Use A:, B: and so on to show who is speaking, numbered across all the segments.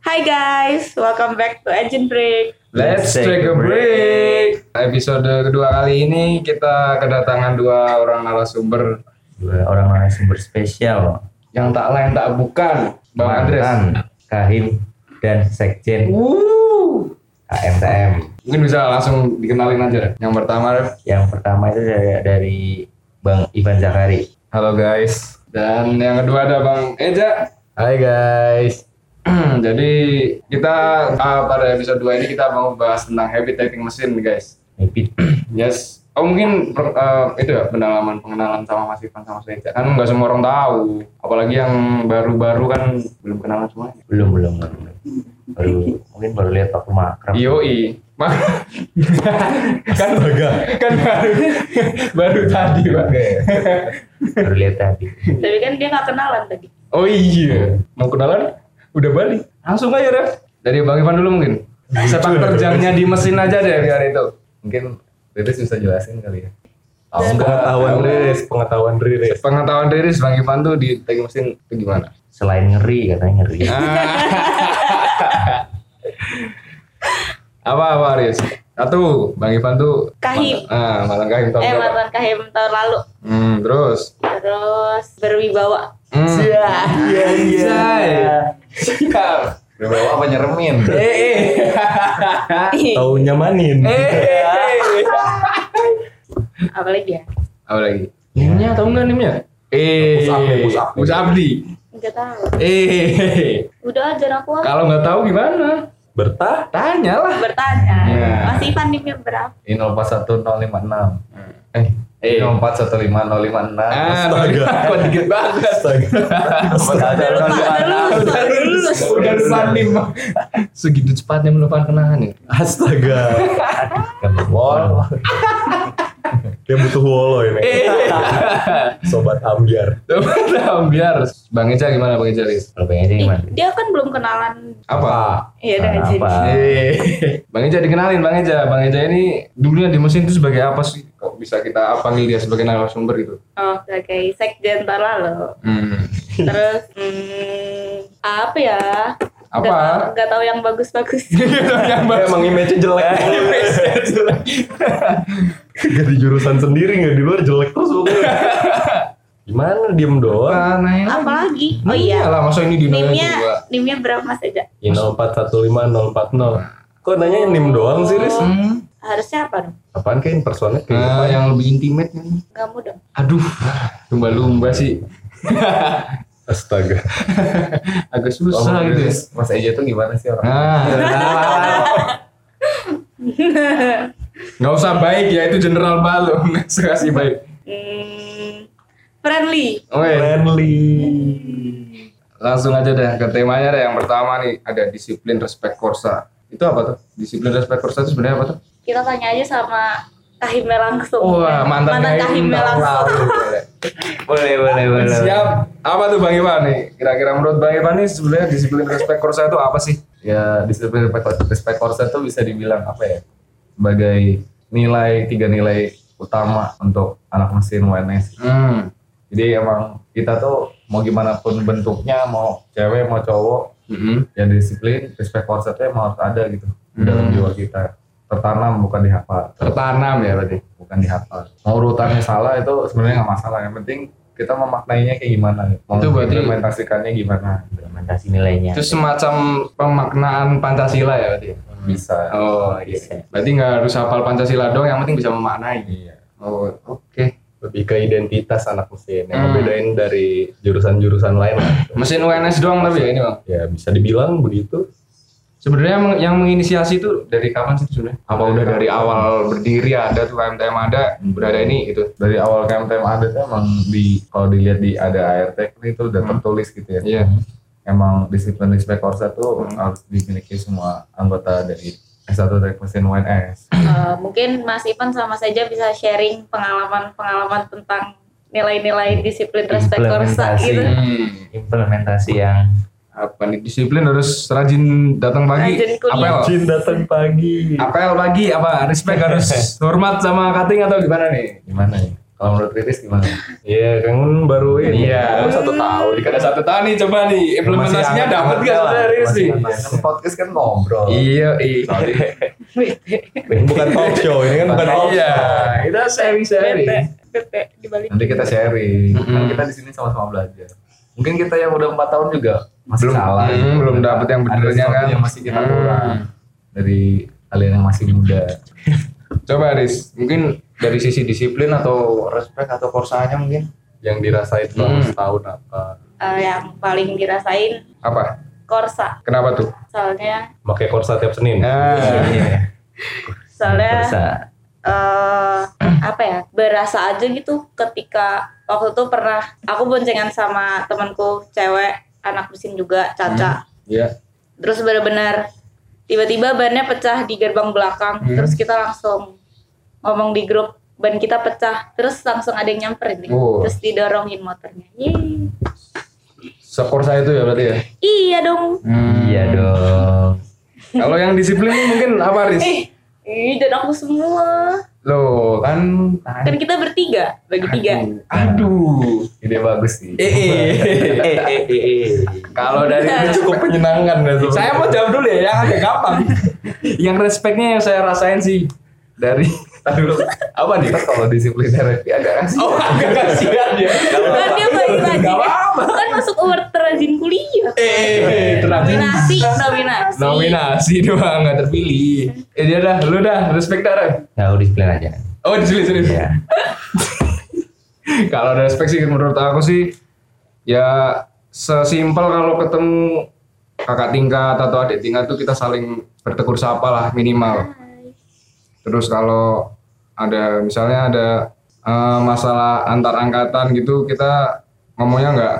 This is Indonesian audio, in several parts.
A: Hi guys, welcome back to Engine Break.
B: Let's take a break. Episode kedua kali ini kita kedatangan dua orang narasumber
C: dua orang narasumber spesial
B: yang tak lain tak bukan, Bang Andres.
C: mantan kahim dan sekjen
B: Wuh.
C: AMTM
B: Mungkin bisa langsung dikenalin aja deh. Yang pertama, Ref.
C: yang pertama itu dari, dari Bang Ivan Zakari
B: Halo guys. Dan yang kedua ada Bang Eja.
C: Hai guys
B: Jadi kita ah, pada episode 2 ini kita mau bahas tentang habit typing mesin, guys.
C: Mipit
B: Yes. Oh mungkin per- eh, itu ya pendalaman pengenalan sama Mas Ivan sama Mas Eja. Kan nggak semua orang tahu. Apalagi yang baru-baru kan belum kenalan semuanya.
C: belum belum belum belum. baru mungkin baru lihat waktu makrab
B: Iya, IOI. Ma- kan kan baru baru tadi pak.
C: baru lihat tadi
A: Tapi kan dia nggak kenalan tadi.
B: Oh iya, mau kenalan? Udah balik. Langsung aja deh. Dari Bang Ivan dulu mungkin. Sepak terjangnya di mesin aja deh biar itu.
D: Nah, mungkin Riris bisa jelasin kali ya
B: Oh,
D: pengetahuan Riris pengetahuan Riris
B: Pengetahuan Riris Bang Ivan tuh di teknik mesin itu gimana?
C: selain ngeri katanya ngeri
B: Apa apa Riris? Satu, Bang Ivan tuh
A: Kahim.
B: Ah, malang kahim tahun
A: eh
B: berapa?
A: mantan kahim tahun lalu.
B: Hmm, terus.
A: Terus berwibawa.
B: Hmm.
A: Cia.
B: Iya, iya. Siap. Eh,
D: Berbau apa nyeremin
C: tahu nyamanin
B: eh.
A: Apalagi ya?
B: Apa lagi? Nimnya atau enggak nimnya? Eh,
D: Abdi, Gus Abdi.
B: Gus Abdi.
A: Nggak tahu.
B: Eh,
A: Udah aja aku aku
B: kalau nggak tahu gimana?
D: bertah
B: Tanyalah.
A: bertanya.
B: Iya.
A: Mas Ivan nimnya berapa?
D: 041056056
B: Eh, eh.
D: 0415056
B: Ah, kok dikit banget.
A: Udah lupa, udah lulus, udah lulus.
B: Udah lupa nim. Segitu cepatnya melupakan kenangan ya.
D: astaga Wol. dia butuh wolo ini
B: Eh.
D: sobat ambiar
B: Coba biar Bang Eja gimana Bang Eja? Riz?
C: kalau pengen aja
A: Ih,
C: gimana
A: dia kan belum kenalan.
B: Apa?
A: Iya udah aja.
C: apa
B: Eh, Bang Eja dikenalin Bang Eja. Bang Eja ini dulunya di mesin itu sebagai apa sih? Kok bisa kita apa nih dia sebagai narasumber gitu?
A: Oh, sebagai sekjen tahun lalu.
B: Hmm.
A: Terus hmm, apa ya?
B: Apa?
A: Nggak tahu- Nggak tahu yang bagus-bagus.
B: yang bahas
D: emang image jelek gak di jurusan sendiri gak di luar jelek terus pokoknya. gimana diem doang
B: Nah,
A: Apalagi? Oh iya.
B: lah masa ini di
A: Nimnya,
B: dua.
A: nimnya berapa mas aja?
D: 0415040 kok nanya nim doang sih Riz
A: Oh.
B: Hmm.
A: Harusnya apa dong?
D: apaan kayak personnya kayak gitu?
B: Nah, yang lebih intimate kan.
A: Gak mudah.
B: Aduh, lumba-lumba sih.
D: Astaga.
B: Agak susah gitu ya.
D: Mas Eja tuh gimana sih orang?
B: Nah, nggak usah baik ya itu general balong nggak usah kasih baik.
A: Hmm, friendly.
B: Oke,
D: Friendly.
B: langsung aja deh ke temanya deh. Yang pertama nih ada disiplin respect korsa. Itu apa tuh? Disiplin respect korsa itu sebenarnya apa tuh?
A: Kita tanya aja sama Kahimnya langsung.
B: Wah,
A: Iya,
B: mantan,
A: mantan Kahimnya langsung.
B: tahun lalu. Boleh.
C: boleh boleh boleh
B: Siap. Apa tuh Bang Iwan nih? Kira-kira menurut Bang Iwan nih sebenarnya disiplin respect korsa itu apa sih?
D: Ya disiplin respect, respect korsa tuh bisa dibilang apa ya? Sebagai nilai tiga nilai utama untuk anak mesin UNS.
B: Hmm.
D: Jadi emang kita tuh mau gimana pun bentuknya, mau cewek mau cowok,
B: hmm.
D: ya disiplin respect korsa tuh emang harus ada gitu di dalam
B: Hmm.
D: jiwa kita. Tertanam bukan dihafal.
B: Tertanam ya berarti.
D: bukan dihafal. Mau urutannya salah itu sebenarnya nggak masalah. Yang penting kita memaknainya kayak gimana. gitu. Mau
B: Itu berarti-
D: implementasikannya gimana. gitu.
C: implementasi nilainya
B: Itu semacam pemaknaan Pancasila ya berarti.
D: Bisa.
B: Oh iya. Berarti nggak harus hafal Pancasila doang, yang penting bisa memaknai.
D: Iya.
B: Oh oke.
D: Lebih ke identitas anak mesin. Yang
B: Hmm.
D: ngebedain dari jurusan-jurusan lain lah.
B: Mesin UNS doang tapi ya ini bang.
D: Ya bisa dibilang begitu.
B: Sebenarnya yang- yang menginisiasi itu dari kapan sih sebenarnya? Apa udah dari awal berdiri ada tuh MTM ada, berada ini gitu.
D: Dari awal KMTM ada tuh emang di kalau dilihat di ada ART kan itu udah
B: Hmm.
D: tertulis gitu ya.
B: Iya.
D: Emang disiplin respect korsa tuh
B: Hmm.
D: harus dimiliki semua anggota dari S1 Teknik Mesin UNS.
A: Eh, mungkin Mas Ivan sama saja bisa sharing pengalaman-pengalaman tentang nilai-nilai disiplin respect korsa
C: Implementasi.
A: gitu.
B: Hmm.
C: implementasi yang
B: Apa nih disiplin harus rajin datang pagi.
A: Rajin kuliah.
B: Apel.
D: Jin datang pagi.
B: Apel pagi apa respect harus hormat sama cutting atau gimana nih?
D: Gimana ya?
E: Kalau menurut Riris gimana?
C: Iya,
F: kan?
C: kangen baru ini.
B: Iya,
C: baru
A: Hmm.
C: satu tahun.
B: Dikata satu tahun nih coba nih implementasinya
C: Masih
B: dapat
C: anget-anget
B: gak
C: lah,
B: saudara Riris
C: masih
B: nih?
C: anget.
E: Kan podcast kan ngobrol.
B: Iya, iya.
C: Ini bukan talk show, ini kan bukan talk
B: Iya,
C: show.
B: kita sharing sharing.
G: bete bete di balik
E: Nanti kita sharing. Kan
B: Mm-mm.
E: kita di sini sama-sama belajar. Mungkin kita yang udah empat tahun juga masih
B: Belum-
E: salah.
B: mm,
E: gitu.
B: belum dapet yang
E: Ada
B: benernya
E: sesuatu
B: kan.
E: Yang masih kita
B: Mm.
E: kurang dari kalian yang masih muda.
B: Coba Riz, mungkin dari sisi disiplin atau respect atau korsanya mungkin
E: Yang dirasain selama
B: Mm.
E: setahun apa?
A: Eh, yang paling dirasain
B: apa?
A: korsa
B: Kenapa tuh?
A: soalnya
C: Pakai korsa tiap
E: Iya.
C: Senin.
B: Nah,
A: soalnya
C: Korsa.
A: eh apa ya berasa aja gitu ketika waktu itu pernah aku boncengan sama temanku cewek anak mesin juga Caca
B: Iya.
A: terus benar-benar tiba-tiba bannya pecah di gerbang belakang
B: Hmm.
A: terus kita langsung ngomong di grup ban kita pecah terus langsung ada yang nyamperin nih.
B: Oh.
A: terus didorongin motornya Yeay.
B: sekorsa itu ya berarti ya?
A: iya dong
E: Hmm.
C: Iya dong.
B: Kalau yang disiplin mungkin apa Riz?
A: eh ih, dan aku semua
B: Loh, kan
A: kan kita bertiga bagi tiga
B: aduh.
E: Ide bagus sih.
B: Eh, eh.
C: Eh, eh, eh, eh.
B: Kalau dari
A: Iya.
E: Cukup menyenangkan ya sebenarnya.
B: saya mau jawab dulu ya, yang agak gampang. yang respectnya yang saya rasain sih dari
E: Tahan dulu. Apa nih? Kan Kalau disiplin RFP agak kasih.
B: Oh, agak kasihan ya.
A: kan dia baik lagi
B: Gak apa-apa.
A: kan masuk award terajin kuliah
B: Eh, terakhir
A: nominasi nominasi
B: nominasi doang nggak terpilih. Eh dia dah, lu dah, respect dah. Ren.
C: Nggak udah Ya, disiplin aja.
B: Oh, disiplin serius.
C: Iya.
B: Kalau ada respect sih menurut aku sih ya sesimpel kalau ketemu kakak tingkat atau adik tingkat tuh kita saling bertegur sapa lah minimal. Terus kalau ada misalnya ada eh, masalah antar angkatan gitu kita ngomongnya nggak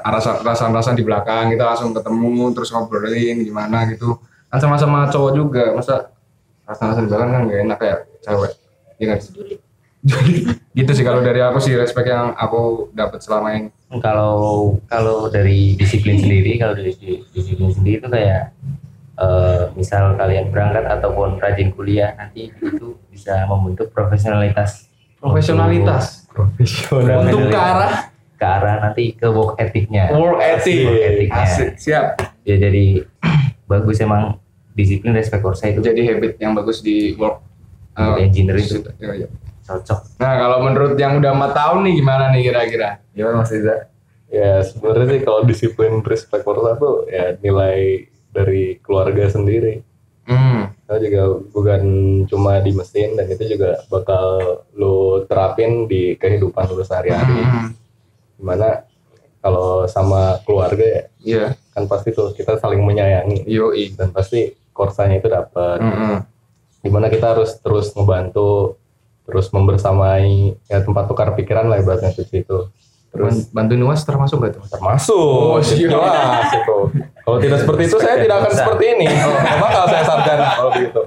B: rasan-rasan di belakang kita langsung ketemu terus ngobrolin gimana gitu kan sama-sama cowok juga masa rasan-rasan di belakang kan nggak enak ya cewek ya kan gitu sih kalau dari aku sih respect yang aku dapat selama ini
C: kalau kalau dari disiplin sendiri kalau dari di- disiplin sendiri itu kayak eh, misal kalian berangkat ataupun rajin kuliah nanti itu bisa membentuk profesionalitas
B: Profesionalitas?
C: Untuk- profesionalitas
B: untuk ke arah
C: ke arah nanti ke work ethicnya
B: work ethic
C: Work ethicnya
B: Oh, asik siap
C: ya jadi bagus emang disiplin respect korsa itu
B: jadi habit yang bagus di work
C: Untuk engineering tuh.
B: Iya, iya.
C: cocok
B: nah kalau menurut yang udah 4 tahun nih gimana nih kira-kira
E: Gimana Mas Riza?
F: Ya sebenarnya sih kalau disiplin respect orang tuh ya nilai dari keluarga sendiri.
B: hmm.
F: Lo juga bukan cuma di mesin dan itu juga bakal lo terapin di kehidupan lo sehari-hari.
B: Hmm.
F: Gimana kalau sama keluarga ya
B: iya
F: kan pasti tuh kita saling menyayangi
B: yoi
F: dan pasti korsanya itu dapat.
B: Mm-mm.
F: Gimana kita harus terus ngebantu, terus membersamai ya tempat tukar pikiran lah ibaratnya di situ. Terus
B: Ban- bantu nuas termasuk gak tuh
F: termasuk
B: Oh,
F: jelas itu kalau tidak seperti itu saya tidak akan seperti ini oh, nggak bakal saya sarjana kalau begitu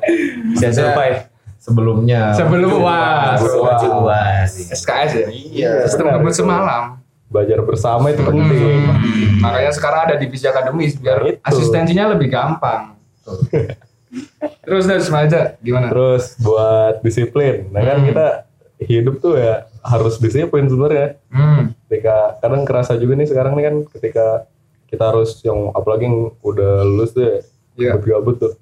C: bisa survive
E: Sebelumnya.
B: sebelum uas
F: Wah.
C: Wah, sih.
B: SKS ya
F: iya
B: sistem
F: benar.
B: kabut semalam
F: belajar bersama itu penting
B: Hmm. Gitu. makanya sekarang ada divisi akademis biar
F: Itu.
B: asistensinya lebih gampang Tuh. terus terus Maja gimana
F: terus buat disiplin nah kan
B: Hmm.
F: kita hidup tuh ya harus disiplin sebenarnya
B: Hmm.
F: ketika kadang kerasa juga nih sekarang nih kan ketika kita harus yang apalagi yang udah lulus tuh
B: Iya.
F: ya gabut tuh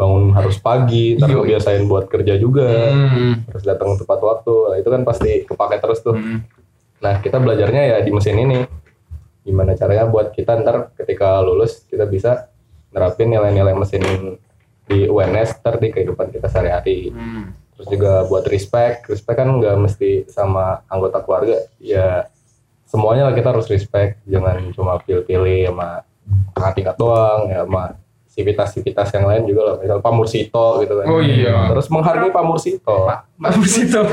F: bangun harus pagi
B: Iya.
F: terus biasain buat kerja juga
B: Hmm.
F: harus datang tepat waktu nah, itu kan pasti kepake terus tuh
B: Hmm.
F: Nah, kita belajarnya ya di mesin ini. Gimana caranya buat kita ntar ketika lulus, kita bisa nerapin nilai-nilai mesin di UNS ntar di kehidupan kita sehari-hari.
B: Hmm.
F: Terus juga buat respect. Respect kan nggak mesti sama anggota keluarga. Ya, semuanya lah kita harus respect. Jangan cuma pilih-pilih sama kakak tingkat doang, ya sama sivitas-sivitas yang lain juga lah. Misal Pak Mursito gitu kan.
B: Oh iya.
F: Terus menghargai Pak Mursito.
B: Mas Mursito.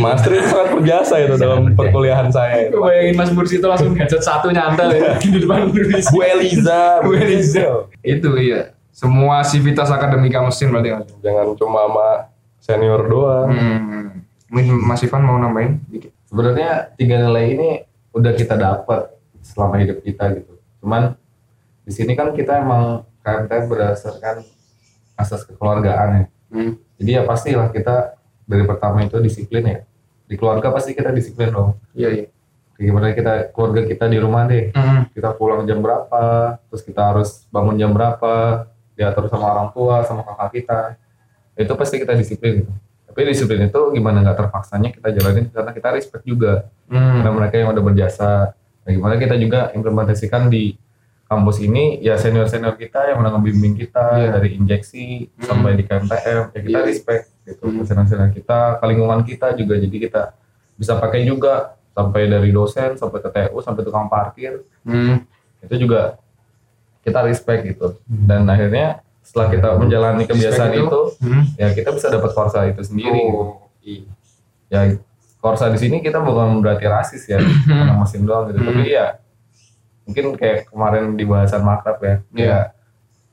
C: Mastri.
F: Mastri sangat berjasa itu
C: Sangat
F: dalam
C: berjasa.
F: perkuliahan saya.
B: Gue bayangin Mas Mursito langsung gadget satu nyantel ya di depan Luis.
F: Bu Eliza,
B: Bu Eliza. Itu iya. Semua sivitas akademika mesin berarti Mas.
F: Jangan cuma sama senior doang.
B: Hmm. Mungkin Mas Ivan mau nambahin dikit.
E: sebenarnya tiga nilai ini udah kita dapat selama hidup kita gitu. Cuman di sini kan kita emang KMT berdasarkan asas kekeluargaan ya.
B: Hmm.
E: Jadi ya pastilah kita dari pertama itu disiplin ya.
F: di keluarga pasti kita disiplin dong
B: Iya iya. Hmm,
F: kayak gimana kita keluarga kita di rumah deh kita pulang jam berapa terus kita harus bangun jam berapa diatur sama orang tua sama kakak kita itu pasti kita disiplin gitu tapi disiplin itu gimana nggak terpaksanya kita jalanin karena kita respect juga
B: hmm,
F: karena mereka yang udah berjasa nah, gimana kita juga implementasikan di kampus ini ya senior senior kita yang udah ngebimbing
B: Iya.
F: kita dari injeksi
B: Hmm.
F: sampai di KMTM ya kita
B: Iya.
F: respect gitu
B: Hmm.
F: senior senior kita ke lingkungan kita juga jadi kita bisa pakai juga sampai dari dosen sampai ke TU sampai tukang parkir
B: Hmm.
F: itu juga kita respect gitu dan akhirnya setelah kita menjalani kebiasaan
B: Hmm. Respect itu.
F: itu ya kita bisa dapat korsa itu sendiri gitu.
B: Oh, Hmm, iya.
F: ya korsa di sini kita bukan berarti rasis ya
B: Hmm.
F: karena mesin doang gitu tapi ya mungkin kayak kemarin di bahasan makrab ya
B: Iya.
F: ya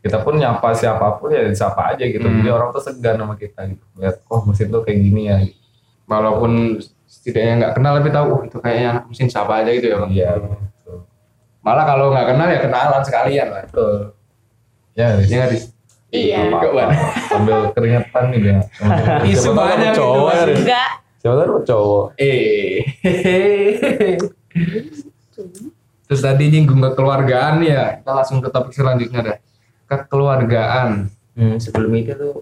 F: kita pun nyapa siapapun ya disapa aja gitu
B: Hmm.
F: jadi orang tuh segan sama kita gitu lihat oh mesin tuh kayak gini ya gitu.
B: Walaupun setidaknya nggak kenal tapi tahu "Oh, itu kayaknya anak mesin siapa aja gitu ya bang.
F: iya
B: Malah kalau nggak kenal ya kenalan sekalian lah.
F: betul ya
B: Iya nggak sih?
A: Iya.
F: apa
B: Coba.
F: sambil keringetan gitu ya
B: Ih,
H: Siapa tahu
B: sebanyak
H: ada
B: itu
H: cowok
B: masih.
H: ada.
A: Enggak.
H: Siapa tahu ada cowok.
B: gitu, Eh. Terus tadi nyinggung kekeluargaan ya. Kita langsung ke topik selanjutnya dah. Kekeluargaan.
C: Hmm, sebelum itu tuh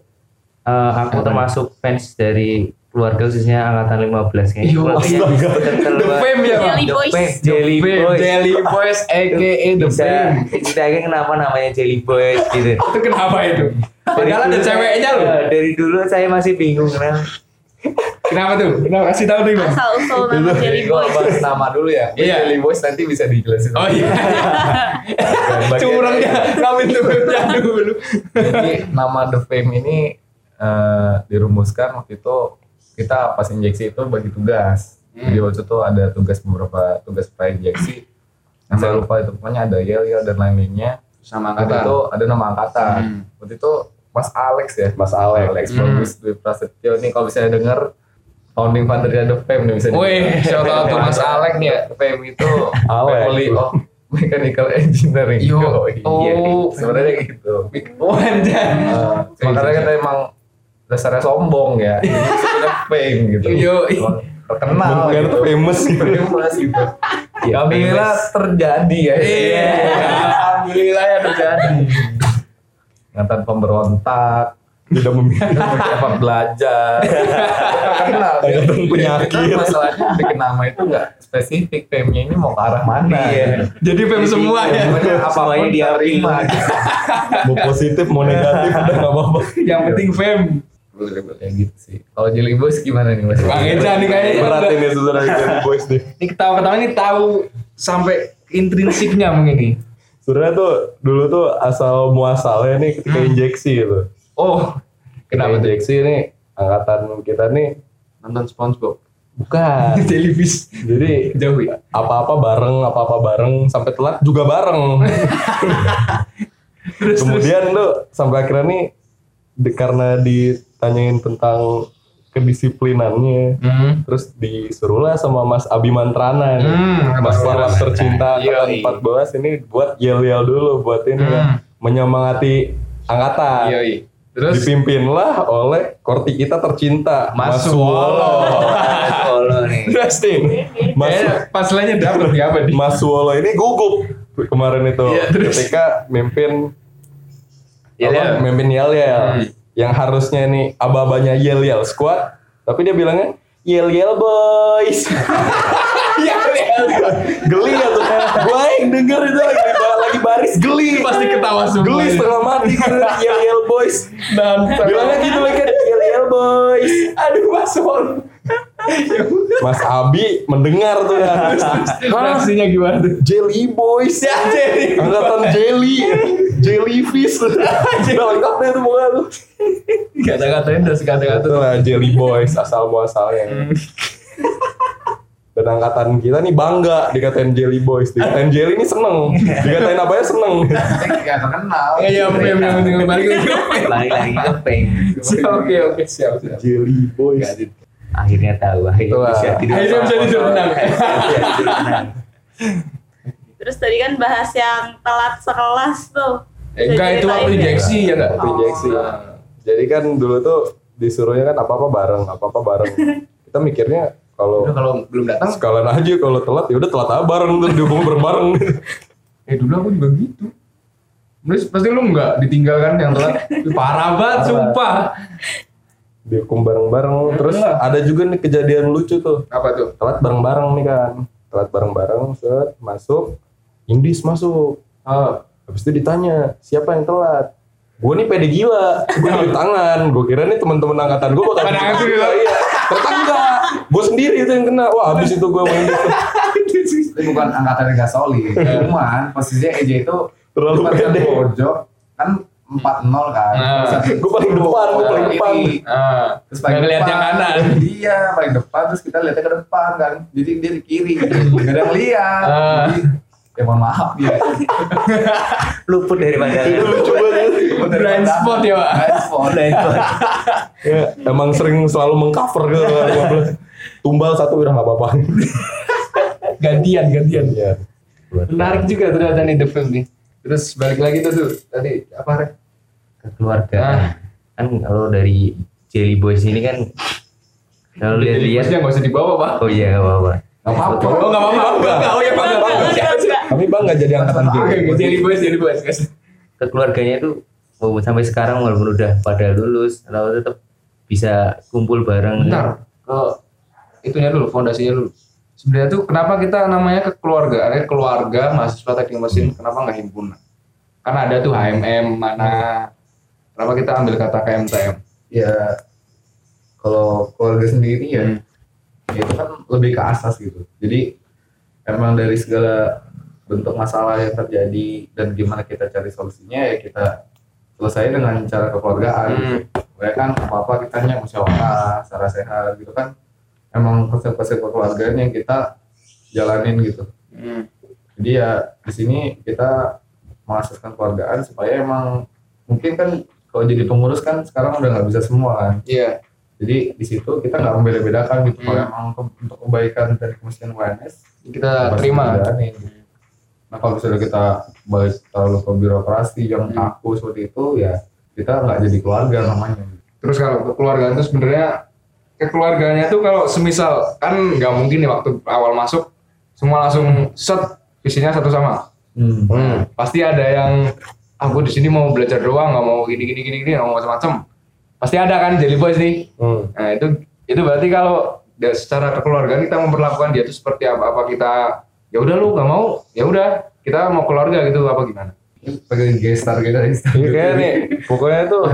C: eh, aku termasuk fans dari keluarga khususnya angkatan 15 kayaknya.
B: Iya,
C: Keluarganya betul-betul
B: The
C: luar-
B: Fame ya, Bang?
A: Jelly
C: The
A: Boys.
C: Fame,
B: The
C: Jelly
B: Fame,
C: Boys.
B: Jelly Boys aka The
C: Bisa
B: Fame.
C: diceritain kenapa namanya Jelly Boys gitu.
B: Itu kenapa itu? Padahal ada
C: dulu saya-
B: ceweknya loh.
C: eh, Dari dulu saya masih bingung kenapa.
B: Kenapa tuh? Kenapa kasih tahu nih, Bang?
A: Asal usul nama Jelly Boys.
F: bahas nama dulu ya.
B: Iya.
F: Jelly Boys nanti bisa dijelasin.
B: Oh iya. ya.
F: Gambarnya.
B: Curangnya ngambil duitnya dulu.
F: Jadi nama The Fame ini eh, dirumuskan waktu itu kita pas injeksi itu bagi tugas.
B: Hmm.
F: Jadi waktu itu ada tugas beberapa tugas pra injeksi. Saya lupa itu pokoknya ada yel yel dan lain-lainnya.
B: Sama
F: Waktu itu ada nama
B: Hmm.
F: angkatan. Waktu itu Mas Alex ya.
H: Mas Alex.
F: Alex
B: Hmm.
F: bagus Dwi Prasetyo nih kalau bisa denger founding father The Fame E nih bisa.
B: Wih, shout out to Mas Alek nih ya.
F: The Fame itu
H: Alex.
F: family of mechanical engineering.
B: Yo.
F: Yoi.
B: Oh.
F: Sebenarnya gitu.
B: Wajar.
F: Eh, makanya kita emang dasarnya sombong ya. Jadi sebenarnya fame gitu.
B: Yoi.
F: Emang Terkenal
H: Bener-bener
F: gitu.
H: tuh famous gitu.
F: Famous gitu.
H: Iya,
F: Alhamdulillah terjadi ya.
B: Iya.
F: Alhamdulillah ya terjadi. Ngatan pemberontak,
H: Tidak memihak.
F: dapat belajar. Terkenal. ya.
H: Ngatan penyakit.
F: Kan masalahnya bikin nama itu nggak spesifik. Fame-nya ini mau ke arah mana.
C: Iya.
B: Jadi fame semua ya.
H: Iya,
C: Semuanya
F: Sebenarnya apapun
C: dia
F: terima. gitu.
H: Mau positif, mau negatif, udah nggak apa-apa.
B: Yang penting fame.
F: Ya gitu sih. Kalau Jelly Boys gimana nih Mas?
B: Bang Eja nih kayaknya.
H: Berat ini saudara Jelly Boys nih.
B: Ini ketawa-ketawa ini tahu sampai intrinsiknya mungkin nih.
H: Sebenarnya tuh dulu tuh asal muasalnya nih ketika
B: Hmm.
H: injeksi gitu.
B: Oh,
H: Ketika
B: kenapa tuh?
H: injeksi nih angkatan kita nih
B: Nonton SpongeBob.
H: bukan.
B: Jellyfish
H: Jadi
B: jauh ya.
H: apa-apa bareng, apa-apa bareng, sampai telat juga bareng.
B: Terus terus.
H: Kemudian tuh sampai akhirnya nih di- karena ditanyain tentang kedisiplinannya,
B: Hmm.
H: terus disuruhlah sama Mas Abi Mantrana nih.
B: Hmm,
H: Mas
B: Mas
H: Warlap tercinta
B: Yoi.
H: angkatan 14 ini buat yel-yel dulu buat ini
B: Hmm.
H: ya, menyemangati angkatan.
B: Yoi. Terus
H: Dipimpinlah oleh korti kita tercinta
B: Mas
H: Mas
B: Suwolo.
H: Suwolo.
C: Solo nih.
B: terus nih.
H: Mas
B: Kayaknya pas lainnya dapet ya apa nih?
H: Mas Suwolo ini gugup kemarin itu
B: Iya, terus?
H: ketika mimpin
B: Yel-yel.
H: apa, mimpin yel yel
B: Hmm.
H: yang harusnya nih ababanya yel yel squad tapi dia bilangnya yel yel boys geli ya tuh gue yang denger itu lagi, lagi baris geli
B: Pasti ketawa semua.
H: geli setengah mati karena yel yel boys
B: Dan
H: bilangnya gitu lagi kan yel yel boys
B: aduh Mas Warlap.
H: Mas Abi mendengar tuh kan
B: Reaksinya gimana tuh?
H: Jelly Boys ya
B: Jelly Boys.
H: angkatan Jelly Jellyfish udah lengkap deh tuh pokoknya tuh
B: Kata-katain udah sekata-kata.
H: itu lah Jelly Boys asal
B: Hmm.
H: muasalnya dan angkatan kita nih bangga dikatain Jelly Boys dikatain Jelly ini seneng dikatain apa ya seneng
F: Gak terkenal.
B: Iya, iya, Fem yang penting balik lagi.
C: Balik lagi ke Peng.
B: Siap, Oke, oke, siap, siap.
H: Jelly Boys
C: Akhirnya tahu akhirnya
H: Itulah.
C: bisa tidur.
B: Akhirnya bisa tidur tenang.
C: Bisa tidur tenang.
A: Terus tadi kan bahas yang telat sekelas tuh.
B: Eh, Enggak itu waktu
A: Ceritain ya.
B: injeksi ya enggak?
H: Waktu injeksi
B: Oh.
H: jadi kan dulu tuh disuruhnya kan apa apa bareng apa apa bareng kita mikirnya kalau
B: Udah kalau belum datang,
H: sekalian aja kalau telat ya udah telat aja bareng terus dihukum berbareng
B: eh dulu aku juga gitu. Terus pasti lu nggak ditinggalkan yang telat. Parah banget, sumpah.
H: dihukum bareng-bareng terus
B: Enggak.
H: ada juga nih kejadian lucu tuh
B: Apa tuh?
H: telat bareng-bareng nih kan telat bareng-bareng set masuk Indis masuk
B: Ah,
H: habis itu ditanya siapa yang telat gue nih pede gila gue ngambil tangan gue kira nih teman-teman angkatan gue bakal
B: Pada aku gitu.
H: Iya. ternyata enggak gue sendiri itu yang kena wah habis itu gue main gitu
F: Itu bukan angkatan yang gak solid. Cuman posisinya EJ itu
H: Iya. terlalu
F: pas yang
H: pede
F: pojok kan 4-0 kan.
B: Nah.
F: Terus habis
H: Gua paling
F: itu,
H: depan, gua paling
F: kiri.
H: depan.
B: ah.
F: Terus paling
B: Nggak ngeliat yang kanan.
F: Iya, paling depan terus kita lihatnya ke depan kan. Jadi dia di kiri. Gak ada lihat.
B: Ah.
F: Jadi ya mohon maaf dia.
C: luput dari
B: Iya.
C: pandangan
H: lucu banget
B: Blind spot ya, Pak.
F: Blind spot.
H: ya, emang sering selalu mengcover ke 15 tumbal satu udah nggak apa-apa
B: Gantian, gantian.
H: Iya.
B: Menarik juga ternyata nih The Film nih. Terus balik lagi tuh tuh tadi apa Rek? Ah.
C: keluarga kan kalau dari Jelly Boys ini kan kalau
B: Jadi,
C: lihat-lihat
B: nggak usah dibawa, Pak.
C: oh iya gak apa-apa
F: Gak apa-apa.
B: Oh, enggak apa-apa. Enggak, oh ya Pak. Enggak apa-apa.
H: kami bangga jadi angkatan
F: Oke,
H: gue
B: Oke, jadi bos, jadi bos. guys.
C: ke keluarganya tuh walaupun sampai sekarang walaupun udah pada lulus atau tetap bisa kumpul bareng
B: Bentar, ke itunya dulu, fondasinya dulu. Sebenarnya tuh kenapa kita namanya kekeluargaan, ya, keluarga mahasiswa teknik mesin, kenapa nggak himpunan? Karena ada tuh HMM mana. Kenapa kita ambil kata KMTM?
F: ya kalau keluarga sendiri ya,
B: Hmm.
F: ya itu kan lebih ke asas gitu jadi emang dari segala bentuk masalah yang terjadi dan gimana kita cari solusinya ya kita selesai dengan cara kekeluargaan
B: Hmm.
F: gitu. Kayak kan apa apa kita hanya musyawarah secara sehat gitu kan emang konsep-konsep kekeluargaan yang kita jalanin gitu jadi ya di sini kita menghasilkan keluargaan supaya emang mungkin kan kalau jadi pengurus kan sekarang udah nggak bisa semua kan
B: Iya.
F: jadi di situ kita nggak membeda-bedakan gitu
B: Hmm.
F: kalau emang ke- untuk kebaikan dari kementerian UNS
B: Kita
F: pasti
B: terima.
F: dijalanin. Nah kalau misalnya kita balik terlalu ke birokrasi yang
B: Hmm.
F: kaku seperti itu ya kita nggak jadi keluarga namanya.
B: Terus kalau kekeluargaan itu sebenarnya kekeluarganya tuh kalau semisal kan nggak mungkin nih waktu awal masuk semua langsung set visinya satu sama. Hmm. Pasti ada yang aku di sini mau belajar doang nggak mau gini gini gini gini nggak mau macam-macam. Pasti ada kan jadi boys nih.
H: hmm.
B: Nah itu itu berarti kalau da- secara kekeluargaan kita memperlakukan dia tuh seperti apa apa kita ya udah lu nggak mau ya udah kita mau keluarga gitu apa gimana?
F: Ini Pakai gestar gitu dari
H: Iya kayak nih, pokoknya tuh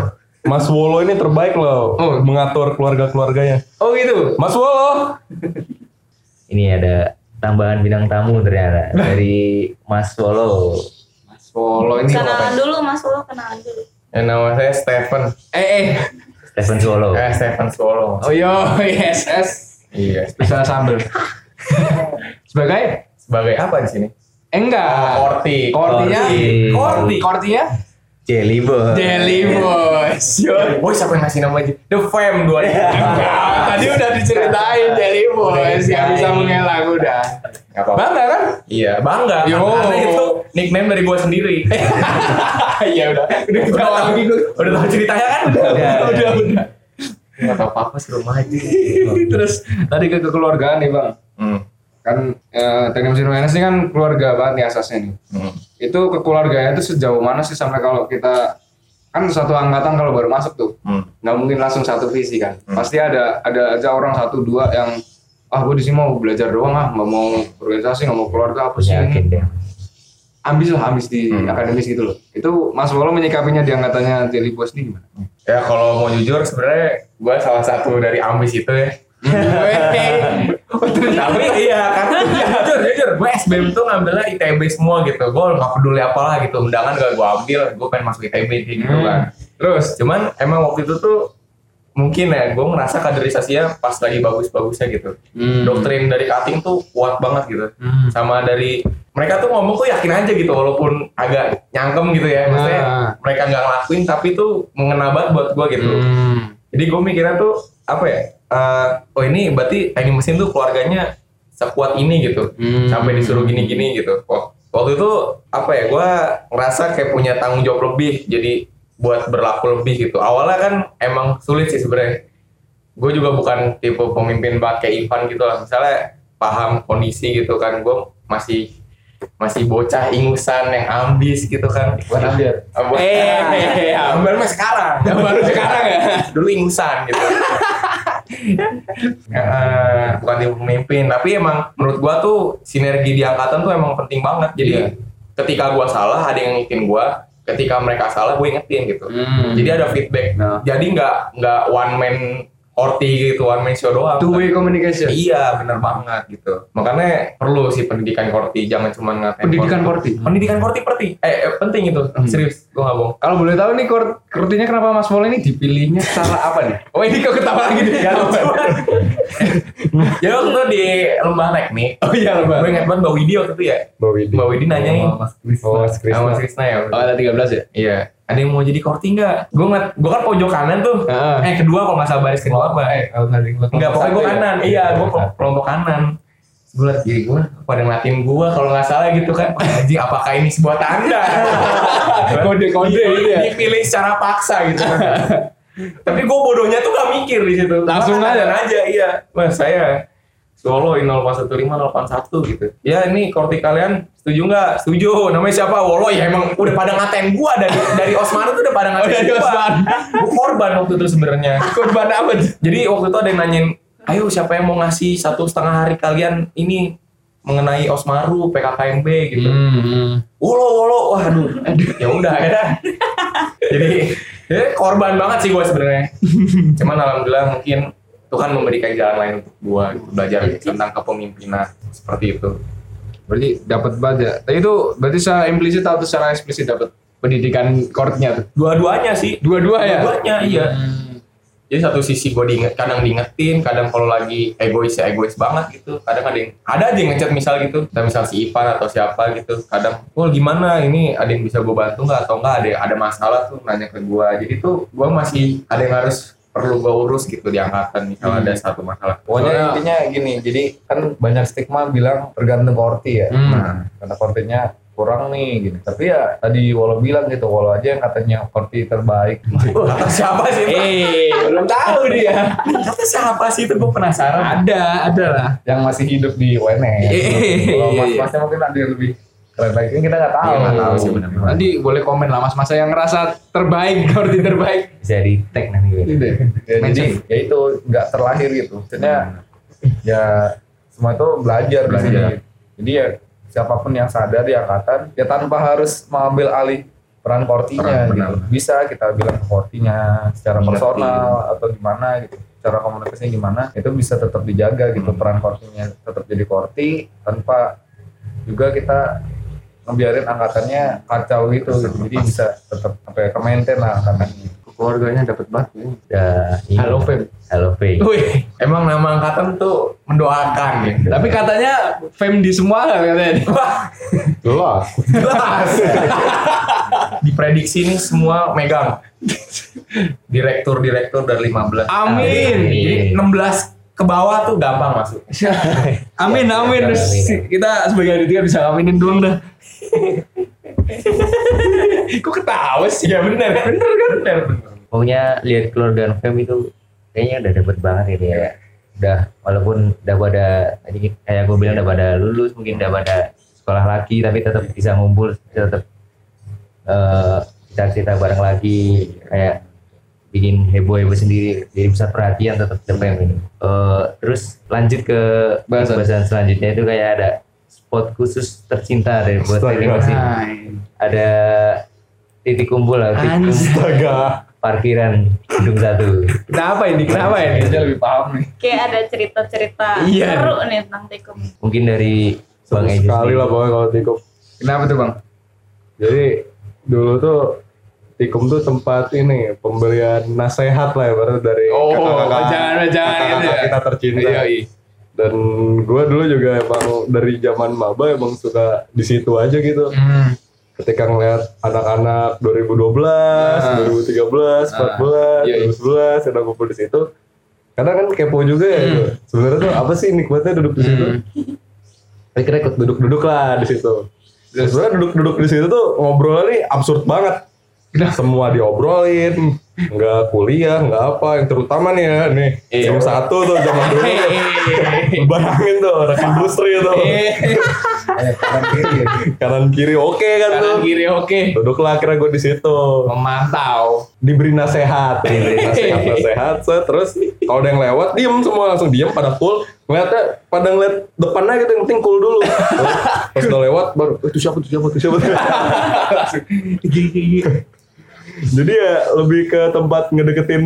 H: Mas Wolo ini terbaik loh
B: Oh.
H: mengatur keluarga-keluarganya.
B: Oh gitu.
H: Mas Wolo,
C: ini ada tambahan bintang tamu ternyata dari Mas Solo
B: Mas Polo ini
A: kenalan
B: apa?
A: dulu mas lo kenalan dulu
I: Ya, nama saya Stephen.
B: Eh eh.
C: Stephen Solo
I: Eh, Stephen Solo.
B: Oh yo yes yes.
I: Iya.
B: bisa sambel sebagai
I: Sebagai apa di sini?
B: eh,
F: Ah,
B: enggak
I: Korti.
B: kortinya
C: Korti.
B: korti kortinya
C: Jelly Boy
B: jelly boys yo
I: Boy, siapa yang ngasih nama aja? The Fam 2000.
B: Enggak, tadi udah diceritain jelly boys nggak bisa mengelak udah
I: Nggak apa-apa.
B: bangga kan
I: Iya, bangga.
B: Yo.
I: Karena itu nickname dari gua sendiri.
B: iya udah udah
I: Udah
B: ketawa lagi
I: tahu-
B: gue
I: Udah tahu ceritanya kan?
C: Udah,
I: udah.
C: udah.
I: udah. Nggak tahu apa-apa seru aja.
B: terus tadi ke kekeluargaan nih bang
I: Hmm.
B: kan eh, teknik mesin finance ini kan keluarga banget nih asasnya nih
I: Hmm.
B: itu kekeluarganya itu sejauh mana sih sampai kalau kita kan satu angkatan kalau baru masuk tuh
I: Hmm.
B: nggak mungkin langsung satu visi kan
I: Hmm.
B: pasti ada ada aja orang satu dua yang ah gue di sini mau belajar doang ah nggak mau organisasi nggak mau keluarga apa sih
C: punya
B: ini
C: agenda
B: ambis lah ambis di
I: Hmm.
B: akademis gitu loh itu Mas Wolo menyikapinya di angkatannya Jelly Boys ini gimana?
I: Ya kalau mau jujur sebenarnya gua salah satu dari ambis itu ya. tapi iya karena iya, jujur jujur gue SBM tuh ngambilnya ITB semua gitu gue nggak peduli apalah gitu undangan gak gue ambil gue pengen masuk ITB kayak gitu
B: Hmm.
I: kan terus cuman emang waktu itu tuh mungkin ya gue ngerasa kaderisasinya pas lagi bagus-bagusnya gitu
H: Hmm.
I: doktrin dari cutting tuh kuat banget gitu
B: Hmm.
I: sama dari mereka tuh ngomong tuh yakin aja gitu walaupun agak nyangkem gitu ya maksudnya
B: Nah.
I: mereka nggak ngelakuin tapi tuh mengena banget buat gue gitu
B: Hmm.
I: jadi gue mikirnya tuh apa ya? eh, oh ini berarti teknik mesin tuh keluarganya sekuat ini gitu.
B: Hmm.
I: Sampai disuruh gini-gini gitu. Wah, waktu itu apa ya? Gue ngerasa kayak punya tanggung jawab lebih. Jadi buat berlaku lebih gitu. Awalnya kan emang sulit sih sebenarnya. gue juga bukan tipe pemimpin banget kayak Ivan gitu lah misalnya paham kondisi gitu kan gue masih masih bocah ingusan yang ambis gitu kan
F: bukan ambil
I: Eh, eh, eh, ambil mah sekarang. Ya, baru sekarang ya. Dulu ingusan gitu. Eh, bukan tipe pemimpin, tapi emang menurut gua tuh sinergi di angkatan tuh emang penting banget. Jadi ketika gua salah ada yang ngingetin gua, ketika mereka salah gue ingetin gitu. Jadi ada feedback.
F: Nah.
I: Jadi nggak nggak one man horti gitu, one man show doang.
B: two way communication
I: Iya, bener banget gitu. Makanya perlu sih pendidikan korti, jangan cuma ngatain
B: pendidikan
I: korti.
B: korti
I: Pendidikan korti perti, eh, eh, penting itu, serius, gua nggak bohong.
B: kalau boleh tahu nih kor- kortinya kenapa Mas Mol ini dipilihnya secara apa nih
I: Oh ini kok ketawa lagi nih? Gak lucu Jadi waktu itu di lembah teknik Oh iya lembah Gue ingat banget Mbak Widi waktu itu ya
H: Mbak Widi.
I: Mbak Widi nanyain
F: Mas Kris
H: Oh, Mas Krisna.
I: sama Mas Krisna ya
J: Oh, ada 13 ya?
I: Iya Ada yang mau jadi korting nggak? Gue ngat, gue kan pojok kanan tuh
H: Heeh.
I: Eh kedua kalau nggak salah baris kedua apa
F: eh kalau tadi ngeliat
I: Enggak pokoknya gue
F: satu ya.
I: kanan Iya gue kelompok kanan Gue liat diri gue Pada ngeliatin gue kalau nggak salah gitu kan Anjing apakah ini sebuah tanda? Iya.
J: Kode-kode gitu ya.
I: Dipilih secara paksa gitu tapi gue bodohnya tuh gak mikir di situ
J: Langsung
I: Cuma
J: aja.
I: kadang aja iya mas saya Solo 0815 gitu ya ini korti kalian setuju nggak setuju namanya siapa Wolo ya emang udah pada ngatain gua dari dari Osman tuh udah pada ngatain
J: Oh, dari
I: gua.
J: Osman.
I: Gua korban waktu itu sebenarnya korban apa jadi waktu itu ada yang nanyain ayo siapa yang mau ngasih satu setengah hari kalian ini mengenai Osmaru PKKMB gitu
H: Hmm,
I: wolo wolo waduh ya udah akhirnya jadi ya korban banget sih gue sebenarnya cuman alhamdulillah mungkin Tuhan memberikan jalan lain untuk gue belajar tentang kepemimpinan seperti itu
B: berarti dapat banget ya tapi itu berarti secara implisit atau secara eksplisit dapat pendidikan kortnya tuh
I: dua-duanya sih
B: dua-dua ya
I: dua-duanya iya jadi satu sisi gue diinget kadang diingetin kadang kalau lagi egois ya egois banget gitu kadang ada yang ada aja yang ngechat misal gitu Nah, misal si Ipan atau siapa gitu kadang oh gimana ini ada yang bisa gue bantu nggak atau nggak ada ada masalah tuh nanya ke gue jadi tuh gue masih ada yang harus perlu gue urus gitu di angkatan
B: Hmm.
I: misal ada satu masalah
F: Pokoknya
B: Soalnya-
F: intinya gini, jadi kan banyak stigma bilang tergantung korti ya.
B: Hmm.
F: Nah, karena kortinya kurang nih gini. Tapi ya tadi Wolo bilang gitu, Wolo aja yang katanya korti terbaik.
I: Wah, kata siapa sih itu?
J: Eh, belum tahu dia.
I: kata siapa sih itu gue penasaran
J: Ada, ada lah.
F: yang masih hidup di UNS.
I: Iya,
F: Kalau
I: iya,
F: mas-masnya mungkin ada yang lebih keren lagi, kan kita nggak tahu.
I: Iya, nggak tahu sih benar-benar.
B: nanti boleh komen lah mas-mas yang ngerasa terbaik korti terbaik
C: bisa di tag nanti gue.
I: Iya.
B: gitu ya.
F: Ya, jadi ya itu nggak terlahir gitu. Maksudnya ya semua itu belajar,
I: Belajar.
F: di sini. Jadi ya siapapun yang sadar di angkatan ya tanpa harus mengambil alih peran kortinya
I: Peran,
F: gitu.
I: benar.
F: Bisa kita bilang ke kortinya secara
I: Ingetin.
F: personal atau gimana gitu. Cara komunikasinya gimana itu bisa tetap dijaga gitu
I: Hmm.
F: peran kortinya tetap jadi korti tanpa juga kita ngebiarin angkatannya kacau gitu, gitu. jadi bisa tetap apa ya ke-maintain lah angkatannya
B: keluarganya dapat banget ya.
C: Ya, ini.
B: halo Fem
C: Halo Fe.
I: Wih, emang nama angkatan tuh mendoakan gitu.
B: tapi katanya Fem di semua kan katanya
I: Wah,
H: Jelas.
I: jelas. Diprediksi nih semua megang. Direktur-direktur dari 15.
B: Amin.
I: Jadi 16 ke bawah tuh gampang masuk.
B: amin amin
C: Amin, amin.
B: kita sebagai aditya bisa aminin doang dah
I: Kok ketawa sih? Ya bener, bener kan? Bener, bener.
C: Pokoknya lihat keluarga Fem itu kayaknya udah dapet banget ini ya. Udah walaupun udah pada tadi kayak gue bilang udah pada lulus mungkin udah pada sekolah lagi tapi tetap bisa ngumpul tetap eh cerita-cerita bareng lagi kayak bikin heboh heboh sendiri jadi pusat perhatian tetap DPM ini Eh, terus lanjut ke
B: Bahasan.
C: bahasan. selanjutnya itu kayak ada spot khusus tercinta dari buat masing-masing ada titik kumpul lah titik kumpul parkiran gedung satu
B: kenapa ini kenapa ini
F: Dia lebih paham nih
A: Kayak ada cerita-cerita
B: Iya.
A: seru nih tentang Tekum.
C: mungkin dari bang Ejus
H: Sekali
C: nih.
H: lah pokoknya kalau Tikum.
B: kenapa tuh bang
H: Jadi dulu tuh Tikum tuh tempat ini pemberian nasihat lah ya baru dari kakak-kakak-
B: jangan jangan gitu
H: kakak-kakak
B: ya.
H: kita tercinta.
B: Oh, Iya, iya.
H: Dan gue dulu juga emang dari zaman maba emang suka di situ aja gitu.
B: Hmm.
H: Ketika ngeliat anak-anak 2012, 2013, 14,
B: Ah. iya, iya.
H: 2011 yang ngumpul di situ, karena kan kepo juga
B: Hmm.
H: ya. gitu. Sebenarnya tuh apa sih nikmatnya duduk di situ?
B: Hmm.
H: Akhirnya ikut duduk-duduk lah di situ. Dan sebenarnya duduk-duduk di situ tuh ngobrolnya nih absurd banget. semua diobrolin nggak kuliah nggak apa yang terutama nih ya nih
B: Iya.
H: jam satu tuh zaman dulu bayangin tuh anak industri tuh
B: Iya.
H: kanan kiri oke kan tuh
I: kanan kiri oke
H: duduklah akhirnya gue di situ
I: memantau
H: diberi nasehat diberi nasehat nasehat set. terus kalau ada yang lewat diem semua langsung diem pada full ngeliatnya pada ngeliat depannya gitu yang penting cool dulu pas udah lewat baru "Eh, itu siapa itu siapa itu siapa jadi ya lebih ke tempat ngedeketin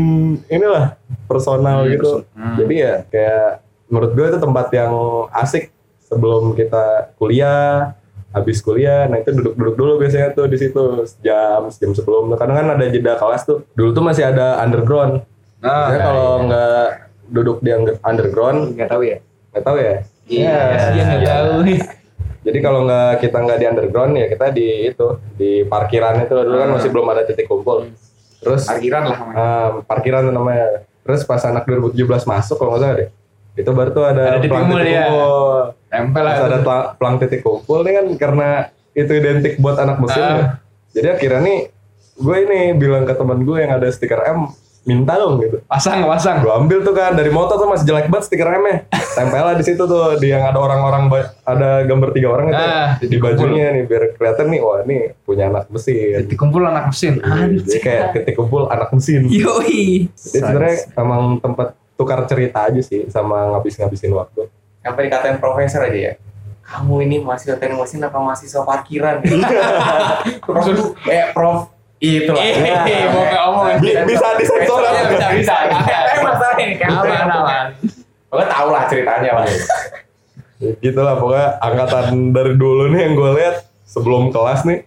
H: inilah personal
B: Hmm,
H: gitu jadi ya kayak menurut gue itu tempat yang asik sebelum kita kuliah habis kuliah nah itu duduk-duduk dulu biasanya tuh di situ sejam sejam sebelum karena kan ada jeda kelas tuh dulu tuh masih ada underground
B: Ah,
H: nah kalau nggak duduk di under- underground
B: iya, Nggak tahu ya.
H: nggak tahu ya
C: Iya,
I: dia nggak tahu
H: jadi kalau nggak kita nggak di underground ya kita di itu di parkiran itu dulu kan masih belum ada titik kumpul terus
B: Ah. Hmm. Parkiran lah namanya.
H: eh, parkiran tuh namanya terus pas anak 2017 masuk kalau nggak salah deh itu baru tuh ada,
I: Ada titik
H: pelang
I: kumpul, ya.
H: kumpul
B: Tempel lah.
H: Terus ada pelang, pelang titik kumpul nih kan karena itu identik buat anak mesin
I: Ah.
H: ya. Jadi akhirnya nih gue ini bilang ke teman gue yang ada stiker M minta dong gitu.
B: Pasang, pasang.
H: Gue ambil tuh kan dari motor tuh masih jelek banget stiker M-nya. Tempel lah di situ tuh di yang ada orang-orang ba- ada gambar tiga orang itu
B: Ah,
H: di bajunya nih biar kelihatan nih wah ini punya anak mesin.
B: Titik kumpul anak mesin.
H: Iya, Jadi kayak titik kumpul anak mesin.
I: yoi
H: Jadi sebenarnya emang tempat tukar cerita aja sih sama ngabis-ngabisin waktu.
C: Sampai dikatain profesor aja ya. Kamu ini masih teknik mesin apa mahasiswa parkiran? prof, eh, prof itu lah.
B: Iya.
I: Eh, mau ke omongan.
H: Bi- Bisa disensor
I: Bisa,
H: apa?
I: bisa, bisa. Eh, masalah ini kayak aman, aman.
C: Pokoknya tau lah ceritanya. Pak.
H: Ya, gitu lah pokoknya angkatan dari dulu nih yang gue lihat sebelum kelas nih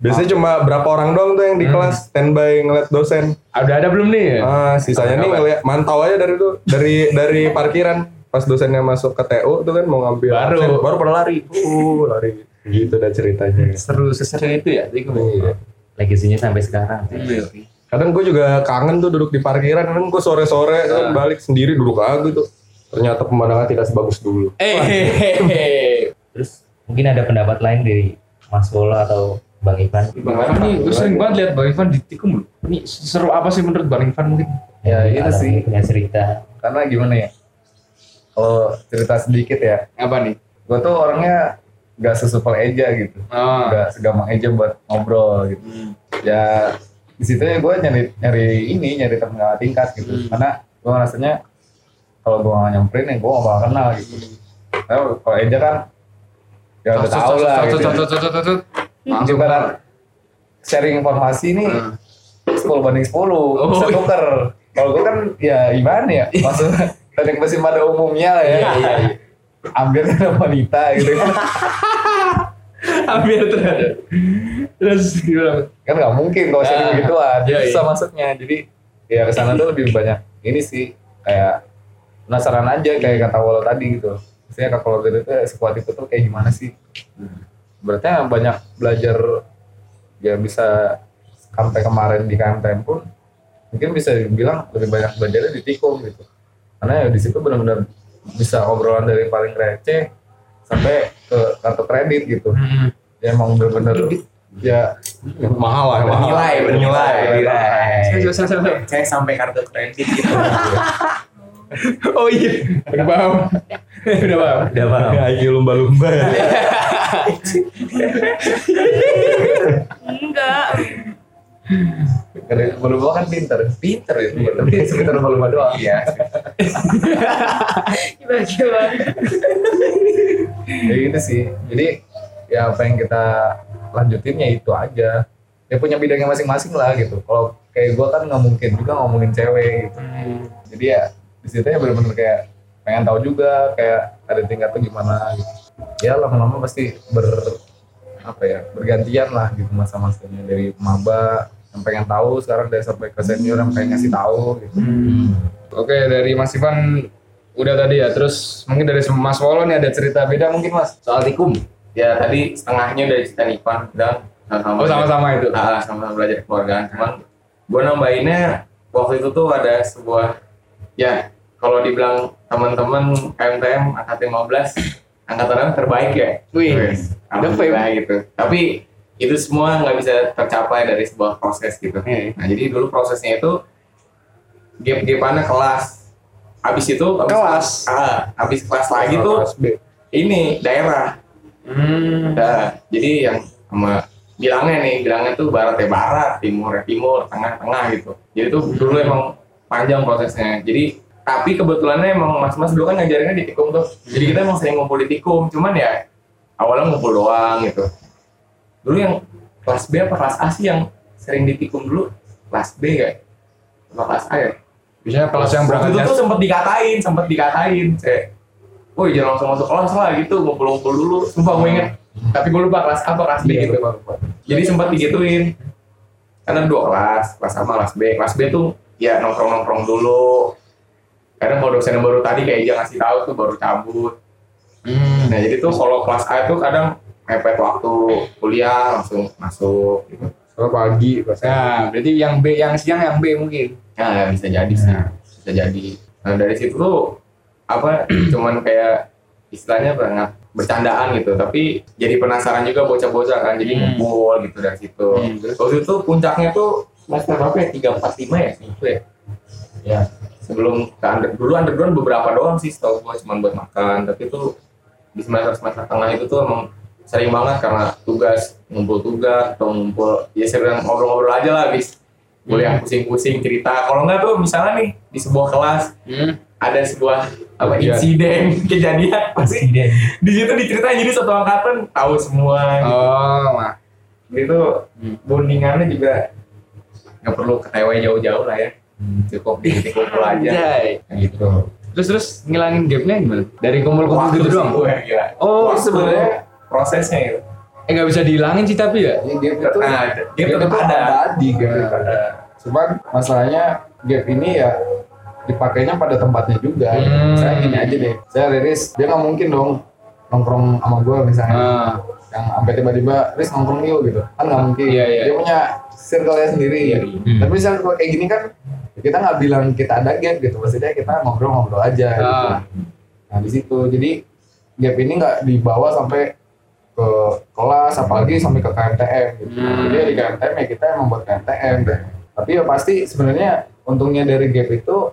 H: biasanya cuma berapa orang doang tuh yang di kelas standby ngeliat dosen
B: Udah ada belum nih?
H: ah sisanya nih ngeliat mantau aja dari tuh dari dari parkiran pas dosennya masuk ke TU tuh kan mau ngambil
B: Baru.
H: absen, baru pada lari uh lari gitu dah ceritanya
B: Seru seseru itu ya. Titik kumpul.
H: Iya.
C: Legasinya sampai sekarang.
H: kadang gue juga kangen tuh duduk di parkiran kadang gue sore sore kan balik sendiri duduk aja gitu ternyata pemandangan tidak sebagus dulu
I: Eh, hehehe.
C: Terus mungkin ada pendapat lain dari Mas Polo atau Bang Ivan.
B: Bang Ivan nih, gue sering banget lihat Bang Ivan di titik kumpul. Ini seru apa sih menurut Bang Ivan mungkin?
C: Ya,
F: itu
C: ada
F: iya sih.
C: Punya cerita.
F: karena gimana ya kalau cerita sedikit ya
B: Apa nih?
F: gue tuh orangnya gak sesupel Eja gitu
B: Oh.
F: gak segampang Eja buat ngobrol gitu ya di situ ya gue nyari nyari ini nyari temen kakak tingkat gitu
B: Hmm.
F: karena gue ngerasanya kalau gue gak nyamperin ya gue gak bakal kenal gitu
B: Hmm.
F: Karena kalau Eja kan ya udah tau lah gitu ya.
B: Langsung
F: juga kan sharing informasi nih 10 banding 10 bisa tuker kalau gue kan ya gimana ya maksudnya teknik mesin pada umumnya lah ya ambil karena wanita gitu kan
I: Hampir terhadap. Terus gimana?
F: kan nggak mungkin kalau sharing
I: Ah,
F: begituan
I: iya,
F: susah
I: iya.
F: masuknya jadi ya kesana tuh lebih banyak ini sih kayak penasaran aja kayak kata Wolo tadi gitu saya kata Wolo tadi tuh sekuat itu tuh kayak gimana sih
I: Hmm.
F: berarti yang banyak belajar ya bisa sampai kemarin di KMTM pun mungkin bisa dibilang lebih banyak belajarnya di Tikum gitu karena ya di situ benar-benar bisa obrolan dari paling receh sampai ke kartu kredit gitu
I: Hmm.
F: ya emang benar-benar ya
H: mahal lah mahal
C: Nilai, bernilai.
I: Saya- saya- saya- saya.
C: Saya sampai kartu kredit gitu.
I: Oh iya, udah paham. Udah paham.
C: Udah paham.
H: Ya, IQ lumba-lumba ya.
A: Enggak.
F: Karena Lumba kan pinter. Pinter ya. Tapi sekitar Lumba doang. Iya.
A: Gimana?
F: Ya gitu sih. Jadi ya apa yang kita lanjutin ya itu aja. Ya punya bidangnya masing-masing lah gitu. Kalau kayak gue kan nggak mungkin juga ngomongin cewek gitu. Jadi ya di situ ya bener-bener kayak pengen tahu juga kayak ada tingkat tuh gimana gitu. Ya lama-lama pasti ber apa ya bergantian lah gitu masa-masanya dari maba yang pengen tahu sekarang dari sampai ke senior yang pengen ngasih tahu gitu.
B: Oke, dari Mas Ivan udah tadi ya. Terus mungkin dari Mas Wolo nih ada cerita beda mungkin Mas.
C: Soal tikum. Ya tadi setengahnya dari cerita Ivan dan
B: Oh, sama-sama itu.
C: Ah, sama-sama belajar keluargaan. Cuman gue nambahinnya waktu itu tuh ada sebuah ya kalau dibilang teman-teman KMTM angkatan 15 angkatan orang terbaik ya.
I: Wih,
C: Wes, alhamdulillah gitu. Tapi
I: itu semua nggak bisa tercapai dari sebuah proses gitu. Nah jadi dulu prosesnya itu gap-gapannya kelas. Habis itu habis
B: Kelas?
I: ah, habis kelas lagi
B: gitu.
I: tuh
K: Kelas B.
I: ini daerah. Nah, jadi yang sama bilangnya nih, bilangnya tuh barat ya barat, timur ya timur, tengah tengah gitu. Jadi tuh dulu emang panjang prosesnya. Jadi tapi kebetulannya emang mas-mas dulu kan ngajarinnya di tikum tuh. Jadi kita emang sering ngumpul di tikum, cuman ya awalnya ngumpul doang gitu. Dulu yang kelas B apa kelas A sih yang sering ditikung dulu? Kelas B kayak apa kelas A ya?
B: Biasanya kelas yang
I: Waktu itu
B: berangkatnya
I: tuh sempet dikatain, sempet dikatain. Kayak, woi jangan langsung masuk kelas lah gitu, ngumpul-ngumpul dulu. Sumpah gue inget. Tapi gue lupa kelas apa, kelas
B: Iya,
I: B gitu. Jadi sempet digituin. Karena dua kelas, kelas A sama kelas B. Kelas B tuh ya nongkrong-nongkrong dulu. Karena kalau dosen yang baru tadi kayak dia ngasih tahu tuh baru cabut.
B: Hmm.
I: Nah jadi tuh kalau kelas A itu kadang mepet waktu kuliah langsung masuk gitu.
B: Kalau Oh, pagi biasanya. Nah, berarti yang B yang siang yang B mungkin.
I: Ya, bisa jadi sih. Bisa jadi. Nah, dari situ tuh apa cuman kayak istilahnya banget bercandaan gitu, tapi jadi penasaran juga bocah-bocah kan. Jadi ngumpul gitu dari situ. Terus waktu itu puncaknya tuh semester berapa ya? 345 ya? Itu ya. Ya, sebelum ke under, dulu underground beberapa doang sih setahu gua cuman buat makan, tapi tuh di semester semester tengah itu tuh emang sering banget karena tugas ngumpul tugas atau ngumpul ya saya bilang ngobrol-ngobrol aja lah habis boleh
B: Iya.
I: yang pusing-pusing cerita kalau nggak tuh misalnya nih di sebuah kelas
B: Hmm.
I: ada sebuah apa
B: Kejadian.
I: insiden kejadian pasti di situ diceritain jadi satu angkatan tahu semua
B: Oh, Hmm. mah.
I: Jadi itu bondingannya juga nggak perlu ketewe jauh-jauh lah ya
B: Hmm.
I: cukup di titik kumpul aja
B: Anjay.
I: gitu
B: Terus terus ngilangin gapnya gimana? Dari kumpul-kumpul
I: Waktu
B: gitu
I: sih,
B: doang.
I: wah, gila.
B: Oh,
I: Waktu
B: sebenarnya
I: prosesnya gitu
B: eh nggak bisa dihilangin sih tapi ya.
F: Ini gap itu
I: nah dia
F: gap
I: tetap
F: itu
I: ada
F: tadi gap
B: Iya.
F: itu ada. Cuman masalahnya gap ini ya dipakainya pada tempatnya juga.
B: Hmm.
F: Saya gini aja deh. Saya riris dia nggak mungkin dong nongkrong sama gue misalnya.
B: Nah,
F: yang sampai tiba-tiba Riz nongkrong yuk gitu kan nggak mungkin
B: Iya, iya.
F: dia punya circle-nya sendiri tapi circle kayak gini kan kita nggak bilang kita ada gap gitu maksudnya kita ngobrol-ngobrol aja gitu.
B: Ah.
F: nah di situ jadi gap ini nggak dibawa sampai ke kelas apalagi sampai ke KMTM gitu. jadi di KMTM ya kita emang buat KMTM gitu. tapi ya pasti sebenarnya untungnya dari gap itu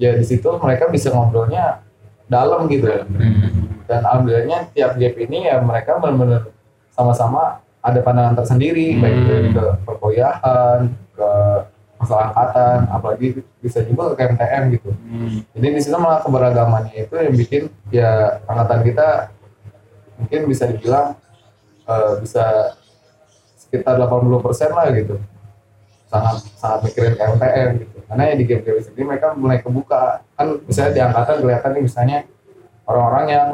F: ya di situ mereka bisa ngobrolnya dalam gitu dan alhamdulillahnya tiap gap ini ya mereka benar-benar sama-sama ada pandangan tersendiri baik dari ke perkuliahan ke masalah angkatan apalagi bisa juga ke KMTM gitu jadi di situ malah keberagamannya itu yang bikin ya angkatan kita mungkin bisa dibilang eh, bisa sekitar 80 lah gitu sangat sangat mikirin KMTM gitu karena ya di game-game sendiri mereka mulai kebuka kan misalnya di angkatan kelihatan nih misalnya orang-orang yang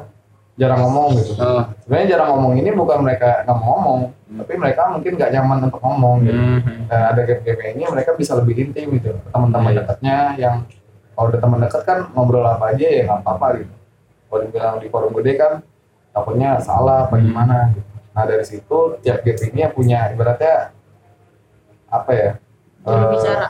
F: jarang ngomong gitu
B: Oh.
F: sebenarnya jarang ngomong ini bukan mereka nggak mau ngomong tapi mereka mungkin nggak nyaman untuk ngomong gitu dan ada gap-gap ini mereka bisa lebih intim gitu ke teman-teman dekatnya yang kalau udah teman dekat kan ngobrol apa aja ya nggak apa-apa gitu kalau dibilang di forum gede kan takutnya salah apa gimana gitu. nah dari situ tiap gap ini yang punya ibaratnya apa ya
A: Juru
F: eh,
A: bicara.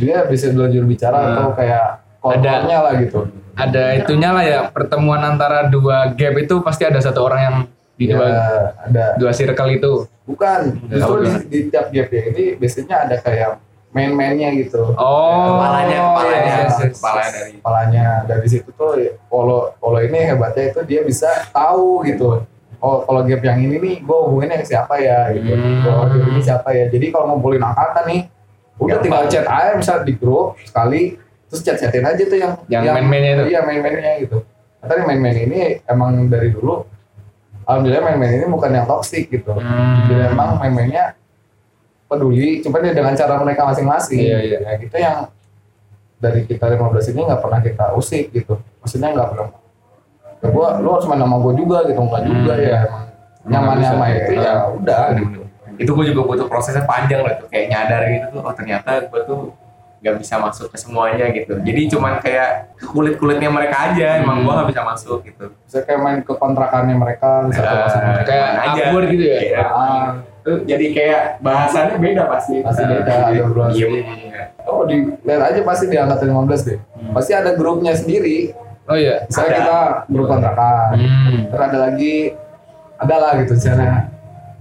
F: dia bisa belajar bicara
B: Nah.
F: atau kayak kontennya lah gitu
B: Ada itunya lah ya pertemuan antara dua gap itu pasti ada satu orang yang di
F: Ya,
B: dua
F: ada
B: dua circle itu.
F: Bukan, justru di, di tiap GP ini biasanya ada kayak main-mainnya gitu.
B: Oh.
I: kepalanya kepalanya
F: yes, yes, yes.
I: kepalanya dari
F: Kepalanya dari situ tuh ya, kalau kalau ini hebatnya itu dia bisa tahu gitu. Oh, kalau gap yang ini nih, gue hubunginnya ke siapa ya gitu. Kalau gap ini siapa ya. Jadi kalau ngumpulin angkatan nih, udah tinggal chat aja misalnya di grup sekali, terus chat-chatin aja tuh yang
B: Yang main-mainnya itu?
F: Iya main-mainnya gitu. Tapi main-main ini emang dari dulu, alhamdulillah main-main ini bukan yang toksik gitu.
B: Hmm.
F: Jadi emang main-mainnya peduli, cuman ya dengan cara mereka masing-masing.
B: Iya, iya.
F: Nah, gitu yang dari kita 15 ini nggak pernah kita usik gitu. Maksudnya nggak pernah. Ya, gua, lu harus main sama gua juga gitu, nggak juga ya emang nyaman sama itu ya udah. gitu.
I: itu gue juga butuh prosesnya panjang lah tuh kayak nyadar gitu tuh oh ternyata gue tuh nggak bisa masuk ke semuanya gitu jadi cuman kayak kulit kulitnya mereka aja emang gue nggak bisa masuk gitu
F: Bisa kayak main ke kontrakannya mereka, bisa ke kosan mereka.
B: kayak
I: Mana
B: awkward gitu ya?
I: Iya.
F: Ah,
I: Itu jadi kayak bahasannya beda pasti Iya.
F: Pasti beda, ada obrolan oh di lihat aja pasti di angkatan 15 deh. Pasti ada grupnya sendiri.
B: Hmm. Oh iya.
F: Misalnya
I: Ada.
F: kita grup kontrakan,
B: Hmm.
F: terus ada lagi, ada lah gitu misalnya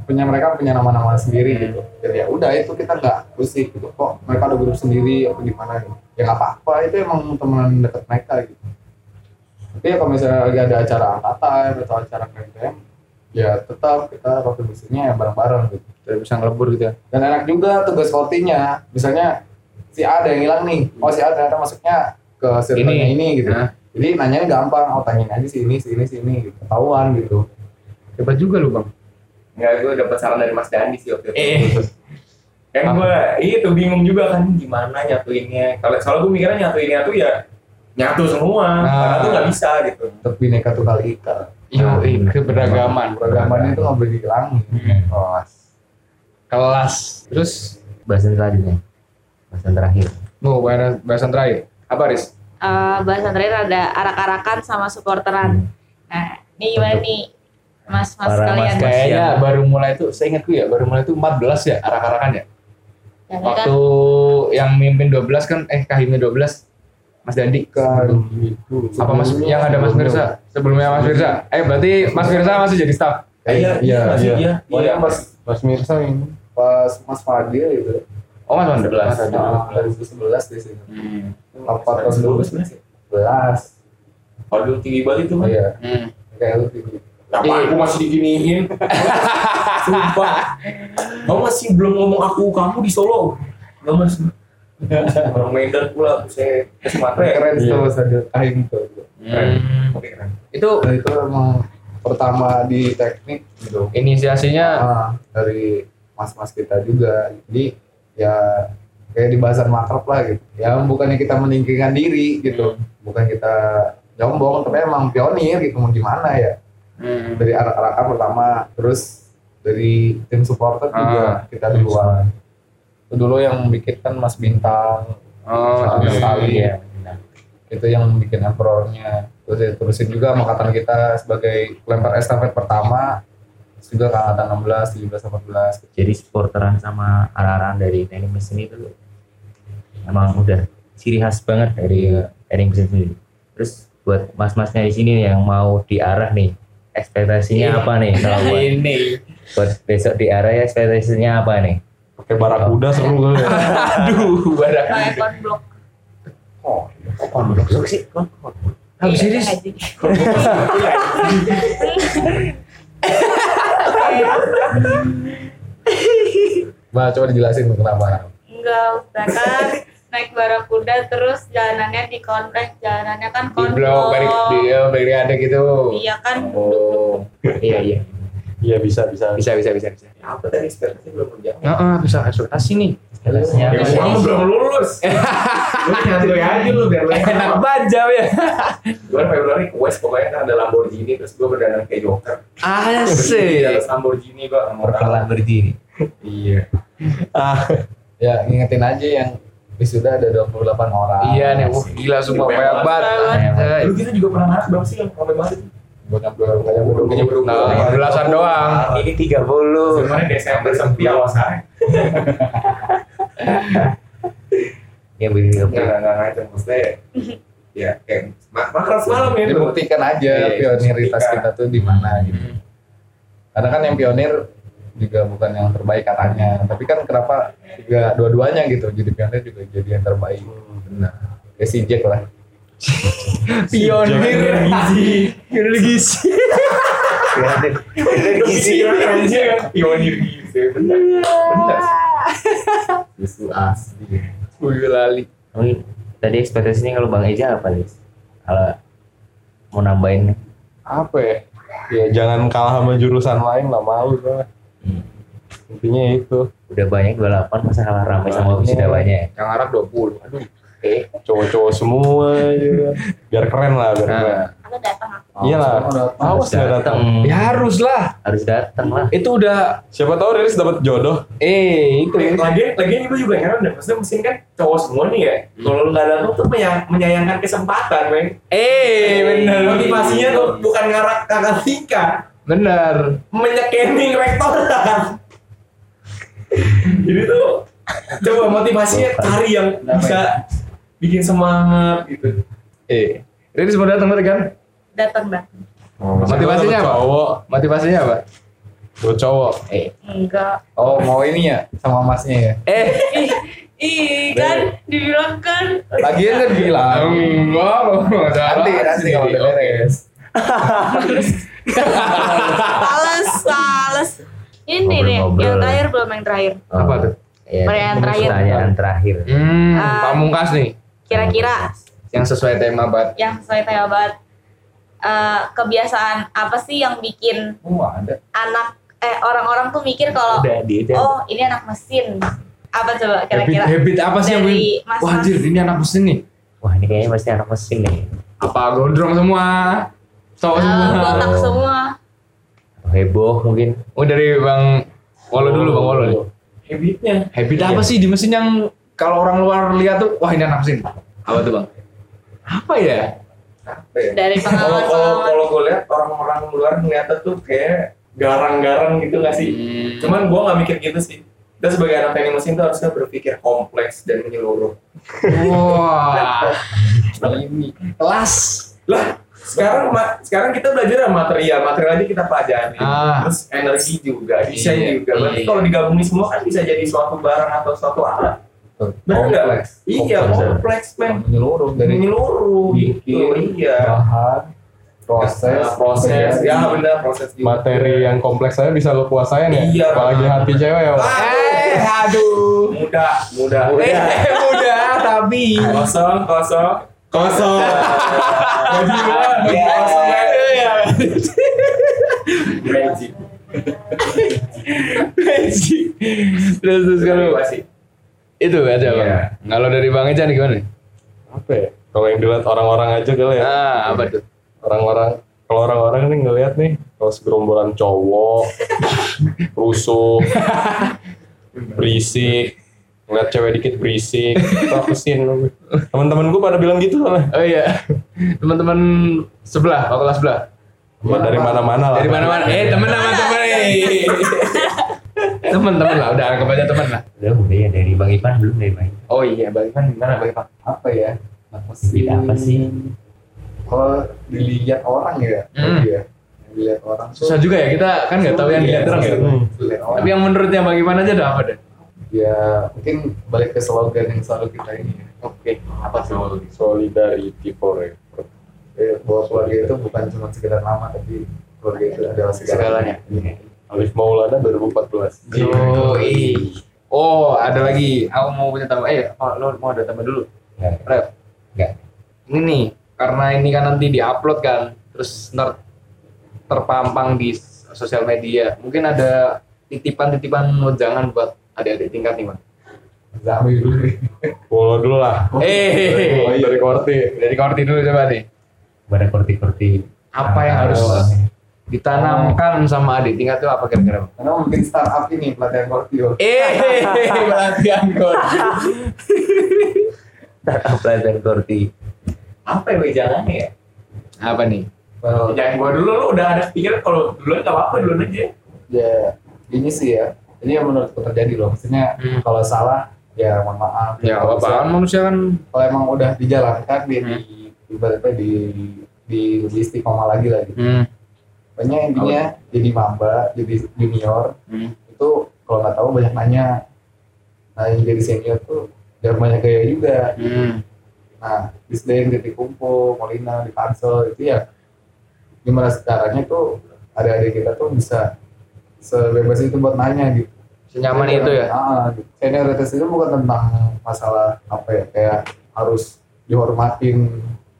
F: punya mereka punya nama-nama
B: Hmm.
F: sendiri gitu jadi ya udah itu kita nggak usik gitu kok mereka ada grup sendiri apa gimana gitu ya nggak apa-apa itu emang teman dekat mereka gitu tapi ya kalau misalnya lagi ada acara angkatan atau acara KMPM ya tetap kita kontribusinya ya bareng-bareng gitu
B: Jadi bisa ngelebur gitu ya.
F: dan enak juga tugas kotinya misalnya si A ada yang hilang nih oh si A ternyata masuknya ke circle-nya ini, gitu jadi nanyanya gampang oh tanyain aja si ini si ini si ini gitu. ketahuan gitu
B: Hebat juga lu bang.
C: Enggak,
I: Iya,
C: gue dapat saran dari Mas Dandi sih waktu
I: Eh.
C: itu.
I: Kan gue itu bingung juga kan gimana nyatuinnya. Kalau soalnya gue mikirnya nyatuinnya tuh ya nyatu semua, karena tuh nggak bisa gitu.
F: tetap bineka tunggal ika
B: Yo, Nah, keberagaman.
F: Peragaman itu nggak boleh dihilangin. Oh,
B: Kelas. Terus,
C: Bahasan selanjutnya. Bahasan terakhir.
B: mau bahas- bahasan terakhir. Apa Riz?
A: Eh, bahasan terakhir ada arak-arakan sama supporteran. Nah, ini gimana nih mas-mas
C: Para
A: kalian?
C: mas kayak-
H: Kayaknya baru mulai tuh, saya ingatku ya, baru mulai tuh 14 ya arak-arakan ya.
A: Karena kan
H: Waktu yang mimpin 12 kan, eh kahimnya 12, Mas Dandi. Apa Mas yang ada Mas Mirza?
B: Sebelumnya Mas Firza. Eh berarti Mas Firza masih jadi staff.
F: Eh,
I: Iya, iya, iya, iya.
F: Pokoknya pas Oh, Mas Mirsa ini pas Mas Fadil Nah, gitu.
H: Oh Mas Mandel.
F: Mas ada 2011 di sini.
H: Hmm.
F: Apa tahun 2011?
I: Kalau tinggi banget itu
F: Oh
I: mah.
F: iya.
H: Hmm.
F: Kayak lu gitu.
I: Kenapa aku masih diginiin? Sumpah. Kamu masih belum ngomong aku, kamu di Solo. Gak mas. Orang Medan pula, saya ke Sumatera.
F: Keren sih tuh Mas Fadil Kahim tuh.
I: Oke, keren.
B: Itu
F: Nah, itu emang pertama di teknik gitu.
B: inisiasinya
F: Ah, dari mas-mas kita juga. Jadi ya kayak di bahasan makrab lah gitu. Ya bukannya kita meninggikan diri gitu, bukan kita jombong, tapi emang pionir gitu mau gimana ya. Dari arak-arakan pertama, terus dari tim supporter juga kita duluan. Itu dulu yang bikin kan Mas Bintang,
B: oh,
F: Mas Tali,
C: Iya.
F: itu yang bikin emperornya. Terus ya, terusin juga sama angkatan kita sebagai lempar estafet pertama, terus juga kan ke angkatan 16, 17, 18
C: Jadi supporteran sama arahan dari teknik mesin itu emang udah ciri khas banget dari teknik mesin sendiri. Terus buat mas-masnya di sini yang mau diarah nih, ekspektasinya
B: Iya.
C: apa nih kalau
B: Nah,
C: buat,
I: Ini.
C: buat besok diarah ya ekspektasinya apa nih?
D: Pakai barakuda seru kali ya.
I: Aduh, badak.
A: kayak konblok. Iya, haji.
F: Mbak, coba dijelasin kenapa.
A: Enggak, mereka naik barakuda terus jalanannya di konvek, jalanannya kan
B: di
A: konblok.
B: blok dari di eh, dari ada gitu.
A: Iya kan,
F: Oh.
C: iya iya.
D: Iya bisa bisa.
B: Bisa bisa bisa bisa.
I: Apa tadi ekspektasi belum menjawab?
B: Nah, ah, bisa ekspektasi nih.
C: Ekspektasinya apa nih?
I: Kamu belum lulus. Lu nyantui aja lu biar lu enak.
H: Bajam ya.
I: Gue Februari ke West pokoknya kan ada Lamborghini terus gue berdandan kayak Joker. Di
H: Asik.
I: atas Lamborghini gue nomor
C: Perkelan berdiri.
I: Iya.
F: Ya, ngingetin aja yang wisuda ada 28 orang.
B: Iya nih, wah gila semua
I: Banyak
B: banyak banget. Eh,
I: Lu kita juga pernah narik berapa sih yang sampai banget itu?
F: Bukan dua bukan yang
I: Bukan yang
F: berdua.
I: berdua.
B: Nah, belasan doang.
I: Ah,
C: Ini 30.
I: Kemarin Desember sepi awas aja.
C: Yang berdiri
I: Enggak,
B: Iya.
I: enggak, enggak ngajak maksudnya ya kayak ma- makan semalam ya bro.
F: Dibuktikan aja
I: Iya,
F: pioniritas
I: dibuktikan.
F: kita tuh di mana gitu.
B: Hmm.
F: Karena kan yang pionir juga bukan yang terbaik katanya. Tapi kan kenapa juga dua-duanya gitu. Jadi pionir juga jadi yang terbaik.
B: Hmm.
F: Benar. Ya si Jack lah.
I: Pionir gizi. Pionir gizi.
H: Iya,
I: Pionir gizi kan? Pionir gizi. Benar. Benar.
C: Susu asli.
B: Wih, lali.
C: Tapi tadi ekspektasinya kalau Bang Eja apa nih? Kalau mau nambahin
D: Apa ya? Ya
H: Iya,
D: jangan kalah sama jurusan lain lah malu lah.
C: Hmm.
D: Intinya itu.
C: udah banyak 28 masa kalah ramai sama wisuda banyak.
B: Yang Arab 20. Aduh.
D: Cowok-cowok semua
H: iya.
D: aja. Biar keren lah biar keren.
B: Nah,
A: aku datang. aku.
D: Iya lah. Awas nggak datang.
B: ya harus lah.
C: Harus datang lah.
B: Itu udah
D: Siapa tahu Riris dapat jodoh.
B: eh itu.
I: Lagian, lagian gue juga heran deh. Maksudnya mesin kan cowok semua nih ya. Kalau lu nggak datang tuh menya- menyayangkan kesempatan, men.
B: Eh, bener.
I: Motivasinya tuh bukan ngarak kakak tingkat,
B: Bener.
I: menyekeni rektoran. Jadi tuh coba motivasinya cari yang bisa bikin semangat gitu.
B: Eh, Riris mau datang berarti kan?
A: Datang, Bang.
D: Siapa tahu
B: Motivasinya
D: dapet
B: apa?
D: Cowok.
B: Motivasinya apa?
H: Buat cowok.
F: Eh.
A: enggak
F: Oh mau ini ya sama masnya ya.
H: Eh,
A: ih, ih kan dibilang kan
F: Lagian kan bilang.
B: Enggak, ada
F: Nanti nanti kalau udah beres.
A: Sales, sales. Ini nih,
C: Ngobrol-ngobrol.
A: yang terakhir belum yang terakhir.
C: apa
B: tuh?
A: Pertanyaan terakhir.
C: Pertanyaan Iya, terakhir.
B: Hmm,
A: Ah.
B: pamungkas nih
A: Kira-kira
B: yang sesuai tema banget.
A: yang sesuai tema banget, eh, kebiasaan apa sih yang bikin
F: Oh ada.
A: anak eh orang-orang tuh mikir kalau
C: Udah di
A: oh ini anak mesin. Apa coba
B: Habit,
A: kira-kira?
B: habit apa sih yang
A: Dari
B: gue-
A: Mas
B: Wah anjir, ini anak mesin nih.
C: Wah ini kayaknya pasti anak mesin nih.
B: Apa gondrong semua? Cowok
A: Eh,
B: semua.
A: botak semua.
C: Heboh mungkin.
B: Oh dari Bang Wolo dulu, Bang Wolo. nih.
I: Habitnya.
B: Habit apa sih di mesin yang kalau orang luar lihat tuh, wah ini anak mesin. Apa tuh Bang? Apa ya?
J: Eh.
A: Dari
I: Kalau kalau
A: pengalaman-pengalaman.
I: kalau gue lihat orang-orang luar ngeliatnya tuh kayak garang-garang gitu nggak sih? Cuman gue nggak mikir gitu sih. Kita sebagai anak teknik mesin tuh harusnya berpikir kompleks dan menyeluruh.
B: Wah.
I: Kelas. Lah, sekarang ma- sekarang kita belajar sama material, material aja kita pelajari.
B: Ah.
I: Terus energi juga, desain
B: Iya,
I: juga. Berarti
B: iya.
I: kalau digabungin semua kan bisa jadi suatu barang atau suatu alat. Benar nggak?
F: Kompleks.
I: Iya,
F: Kompleks.
I: kompleks, men.
F: Menyeluruh
B: Hmm.
F: dari
I: Menyeluruh gitu,
F: bikin,
I: iya.
F: bahan proses
I: Nah, proses, ya
F: ya
I: benar proses juga.
H: materi yang kompleks saya bisa lo kuasain ya.
I: Iya.
H: Apalagi hati cewek ya. Bang.
I: Eh, aduh. Muda, muda. Eh, muda, tapi kosong, kosong, kosong. Gaji gua, gaji kosong aja ya. Gaji.
H: Terus terus kalau
I: Gua sih.
H: itu ada bang. Kalau dari bang Ejan gimana? Apa ya? Kalau yang dilihat orang-orang aja kali ya.
B: Ah, apa tuh?
H: orang-orang kalau orang-orang nih ngelihat nih kalau segerombolan cowok rusuh berisik ngeliat cewek dikit berisik rapesin teman-teman gue pada bilang gitu lah
B: Oh iya. Teman-teman sebelah, fakultas sebelah.
H: Teman dari mana-mana lah
B: Iya, Dari mana-mana. Eh, teman sama teman. eh. Teman-teman lah, udah anggap aja teman lah.
C: Udah udah ya dari Bang Ipan belum dari Bang Ipan.
B: Oh iya, Bang Ivan gimana Bang Ivan?
F: apa ya
C: Beda apa sih?
F: kalau dilihat orang ya
B: Hmm.
F: iya Yang dilihat orang tuh Iya,
B: Susah juga ya, kita kan nggak tahu yang dilihat orang. ya.
F: dilihat orang
B: Tapi yang menurutnya Bang Ivan aja udah apa deh?
F: ya mungkin balik ke slogan yang selalu kita ini ya
B: Oke.
F: apa sih
H: solidarity for it.
F: Eh, bahwa keluarga itu bukan cuma sekedar nama tapi keluarga itu adalah segalanya, Iya.
H: Alif Maulana 2014
B: Yoi. Oh, ada lagi. Aku mau punya tambah. Eh, oh, lo mau ada tambah dulu?
C: Nggak.
B: Rep.
C: Nggak.
B: Ini nih, karena ini kan nanti diupload kan, terus ntar terpampang di sosial media. Mungkin ada titipan-titipan jangan buat adik-adik tingkat nih, Bang.
F: Zami dulu nih.
H: follow dulu lah
B: Eh,
F: Iya.
H: dari korti
B: dari Korti dulu coba nih. Nah,
C: Pada korti-korti.
B: Apa yang harus ditanamkan sama adik tingkat itu apa kira-kira? Bang?
F: karena mungkin startup ini pelatihan Kortio
B: Eh, pelatihan Korti.
C: Pelajaran korti.
I: Apa yang jangan ya?
B: Apa nih?
F: well,
I: Jangan gua dulu lu udah ada pikiran kalau duluan enggak apa-apa duluan aja.
F: ya ini sih ya ini yang menurutku terjadi loh maksudnya
B: Hmm.
F: kalau salah ya mohon maaf
B: Ya,
F: Kalau
B: apa-apaan manusia kan
F: kalau emang udah dijalankan di di ibaratnya di di di istiqomah lagi lagi
B: Hmm.
F: banyak intinya jadi mamba jadi junior
B: Hmm.
F: itu kalau nggak tahu banyak nanya nah yang jadi senior tuh jangan banyak gaya juga
B: Hmm,
F: nah disdain titik kumpul molina di pansel itu ya gimana caranya tuh adik-adik kita tuh bisa sebebas itu buat nanya gitu
B: Senyaman itu ya.
F: Ah, gitu. senioritas itu bukan tentang masalah apa ya kayak harus dihormatin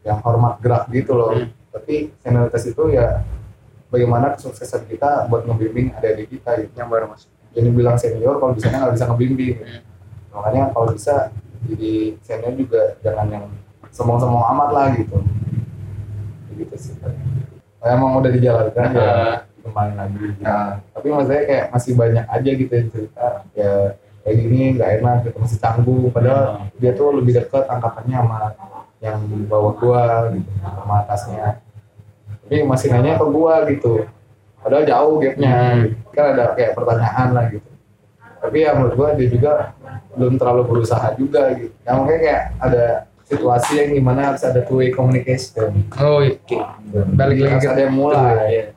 F: yang hormat gerak gitu loh.
B: Hmm.
F: Tapi senioritas itu ya bagaimana kesuksesan kita buat ngebimbing adik-adik kita gitu.
B: Yang baru masuk.
F: Jadi bilang senior kalau bisanya nggak bisa ngebimbing. gitu. Makanya kalau bisa jadi senior juga jangan yang sombong-sombong amat lah gitu. Begitu sih. Kalau emang udah dijalankan ya kemarin lagi. Nah, tapi maksudnya kayak masih banyak aja gitu yang cerita ya kayak gini nggak enak gitu masih canggung padahal dia tuh lebih dekat angkatannya sama yang di bawah gua gitu sama atasnya tapi masih nanya ke gua gitu padahal jauh gapnya
B: Hmm.
F: gitu. kan ada kayak pertanyaan lah gitu tapi ya menurut gua dia juga belum terlalu berusaha juga gitu ya mungkin kayak ada situasi yang gimana harus ada two way communication
B: Oh, oke. iya. Balik lagi
F: harus
B: ke
F: ada yang mulai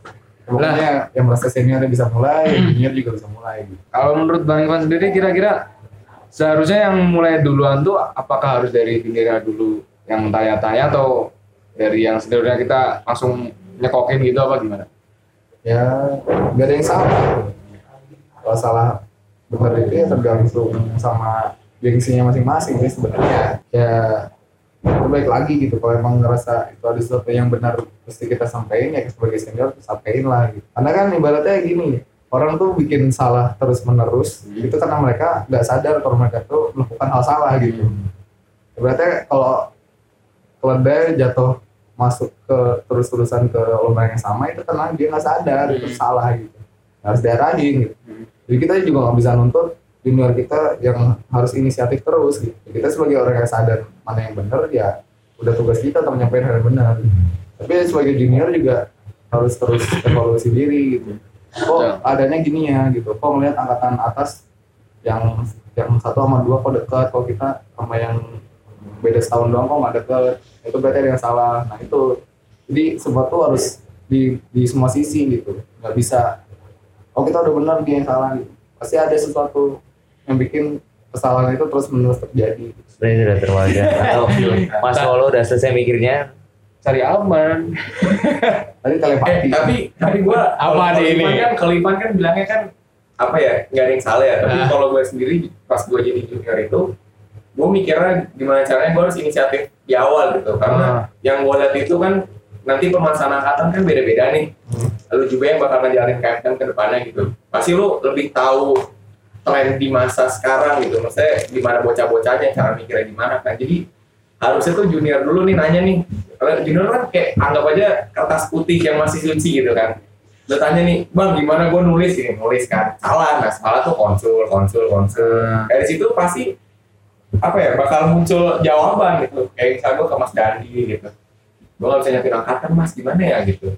F: Pokoknya yang merasa senior bisa mulai,
B: Hmm.
F: junior juga bisa mulai. Gitu.
B: Kalau menurut Bang Ivan sendiri kira-kira seharusnya yang mulai duluan tuh apakah harus dari juniornya dulu yang tanya-tanya atau dari yang seniornya kita langsung nyekokin gitu apa gimana?
F: Ya nggak ada yang salah. Kalau salah benar itu ya tergantung sama gengsinya masing-masing sih sebenarnya. Ya itu baik lagi gitu kalau emang ngerasa itu ada sesuatu yang benar mesti kita sampaikan ya sebagai senior sampaikan lah gitu. karena kan ibaratnya gini orang tuh bikin salah terus menerus itu karena mereka nggak sadar kalau mereka tuh melakukan hal salah gitu ibaratnya kalau keledai jatuh masuk ke terus-terusan ke lubang yang sama itu karena dia nggak sadar itu salah gitu harus diarahin gitu jadi kita juga nggak bisa nuntut junior kita yang harus inisiatif terus gitu. Kita sebagai orang yang sadar mana yang benar ya udah tugas kita untuk menyampaikan hal yang benar. Tapi sebagai junior juga harus terus evaluasi diri gitu. Kok adanya gini ya gitu. Kok melihat angkatan atas yang yang satu sama dua kok dekat, kok kita sama yang beda setahun doang kok nggak dekat. Itu berarti ada yang salah. Nah itu jadi semua tuh harus di di semua sisi gitu. Nggak bisa oh kita udah benar dia yang salah gitu. Pasti ada sesuatu yang bikin kesalahan itu terus menerus terjadi.
C: Sebenarnya sudah terwajar. Atau Mas Solo udah selesai mikirnya.
B: Cari aman.
F: Tadi telepati.
I: Eh, tapi tapi gue
J: Apa nih ini?
I: kan kalau Ivan kan bilangnya kan apa ya nggak ada yang salah ya tapi kalau gue sendiri pas gue jadi junior itu gue mikirnya gimana caranya gue harus inisiatif di awal gitu karena yang gue lihat itu kan nanti pemasangan angkatan kan beda-beda nih lu juga yang bakal ngejalanin KFM ke depannya gitu pasti lu lebih tahu tren di masa sekarang gitu maksudnya gimana bocah-bocahnya cara mikirnya gimana kan jadi harusnya tuh junior dulu nih nanya nih kalau junior kan kayak anggap aja kertas putih yang masih suci gitu kan lu tanya nih bang gimana gue nulis ini nulis kan salah nah salah tuh konsul konsul konsul dari situ pasti apa ya bakal muncul jawaban gitu kayak misalnya gue ke Mas Dandi gitu gue gak bisa nyakitin angkatan Mas gimana ya gitu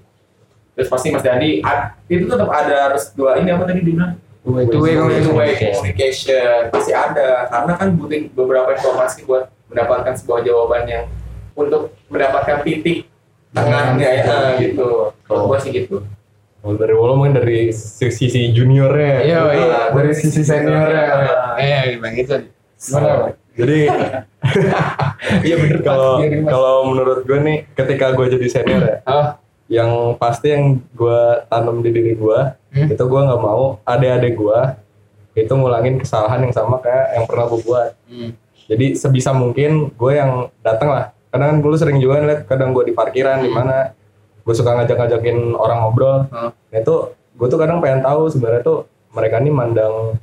I: terus pasti Mas Dandi ad- itu tetap ada harus dua ini apa tadi dibilang
B: Two way
I: two
B: communication.
I: way communication pasti ada karena kan butuh beberapa informasi buat mendapatkan sebuah jawaban yang untuk mendapatkan titik tengahnya ya eh, gitu kalau gue sih gitu
H: Kalau dari Wolo mungkin dari sisi juniornya. Nah,
B: Iya, iya. Dari sisi seniornya.
I: Iya.
B: Eh, Bang Ivan. Gimana?
H: Jadi iya bener kalau kalau menurut gue nih ketika gue jadi senior ya,
B: Ah.
H: yang pasti yang gue tanam di diri gue itu gue nggak mau adik-adik gue itu ngulangin kesalahan yang sama kayak yang pernah gue buat. Jadi sebisa mungkin gue yang datang lah. Kadang kan gue sering juga liat kadang gue di parkiran di mana gue suka ngajak-ngajakin orang ngobrol. Nah itu gue tuh kadang pengen tahu sebenarnya tuh mereka nih mandang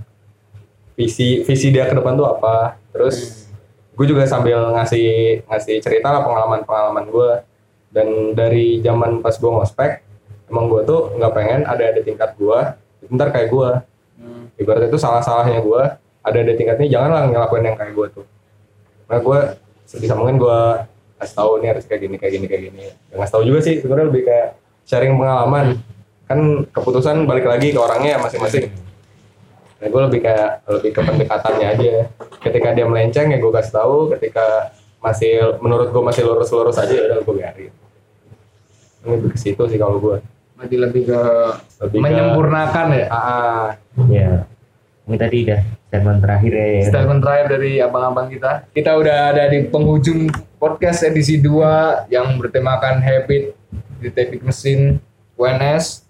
H: visi visi dia ke depan tuh apa. Terus gue juga sambil ngasih ngasih cerita lah pengalaman pengalaman gue. Dan dari zaman pas gue ngospek, emang gue tuh nggak pengen ada ada tingkat gue. Ntar kayak gue. Ibaratnya itu salah-salahnya gue. Ada ada tingkatnya janganlah ngelakuin yang kayak gue tuh. Nah gue sebisa mungkin gue kasih tahu nih harus kayak gini kayak gini kayak gini. Yang ngasih tahu juga sih sebenarnya lebih kayak sharing pengalaman. Kan keputusan balik lagi ke orangnya ya masing-masing. Nah gue lebih kayak lebih ke pendekatannya aja. Ketika dia melenceng ya gue kasih tahu. Ketika masih menurut gue masih lurus-lurus aja ya udah gue biarin. Ini lebih ke situ sih kalau gue.
B: Berarti lebih ke
H: Lebih ke-
B: menyempurnakan ya.
H: Ah,
C: Ya. Mungkin tadi udah statement terakhir ya. ya.
B: Statement terakhir dari abang-abang kita. Kita udah ada di penghujung podcast edisi 2 yang bertemakan habit di teknik mesin UNS.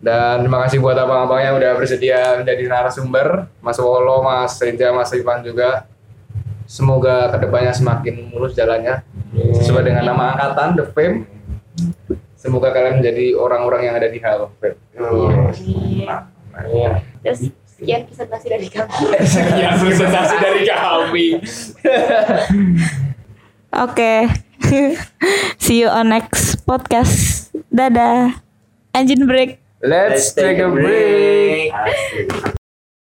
B: Dan terima kasih buat abang-abang yang udah bersedia menjadi narasumber. Mas Wolo, Mas Reza, Mas Ivan juga. Semoga kedepannya semakin mulus jalannya. Sesuai dengan nama angkatan, The Fame. Semoga kalian menjadi orang-orang yang ada di Halo Fame.
H: iya.
A: Terus sekian presentasi dari kami.
J: Sekian presentasi dari kami.
A: Oke. See you on next podcast. Dadah. Engine break.
B: Let's take a break.
C: Asik.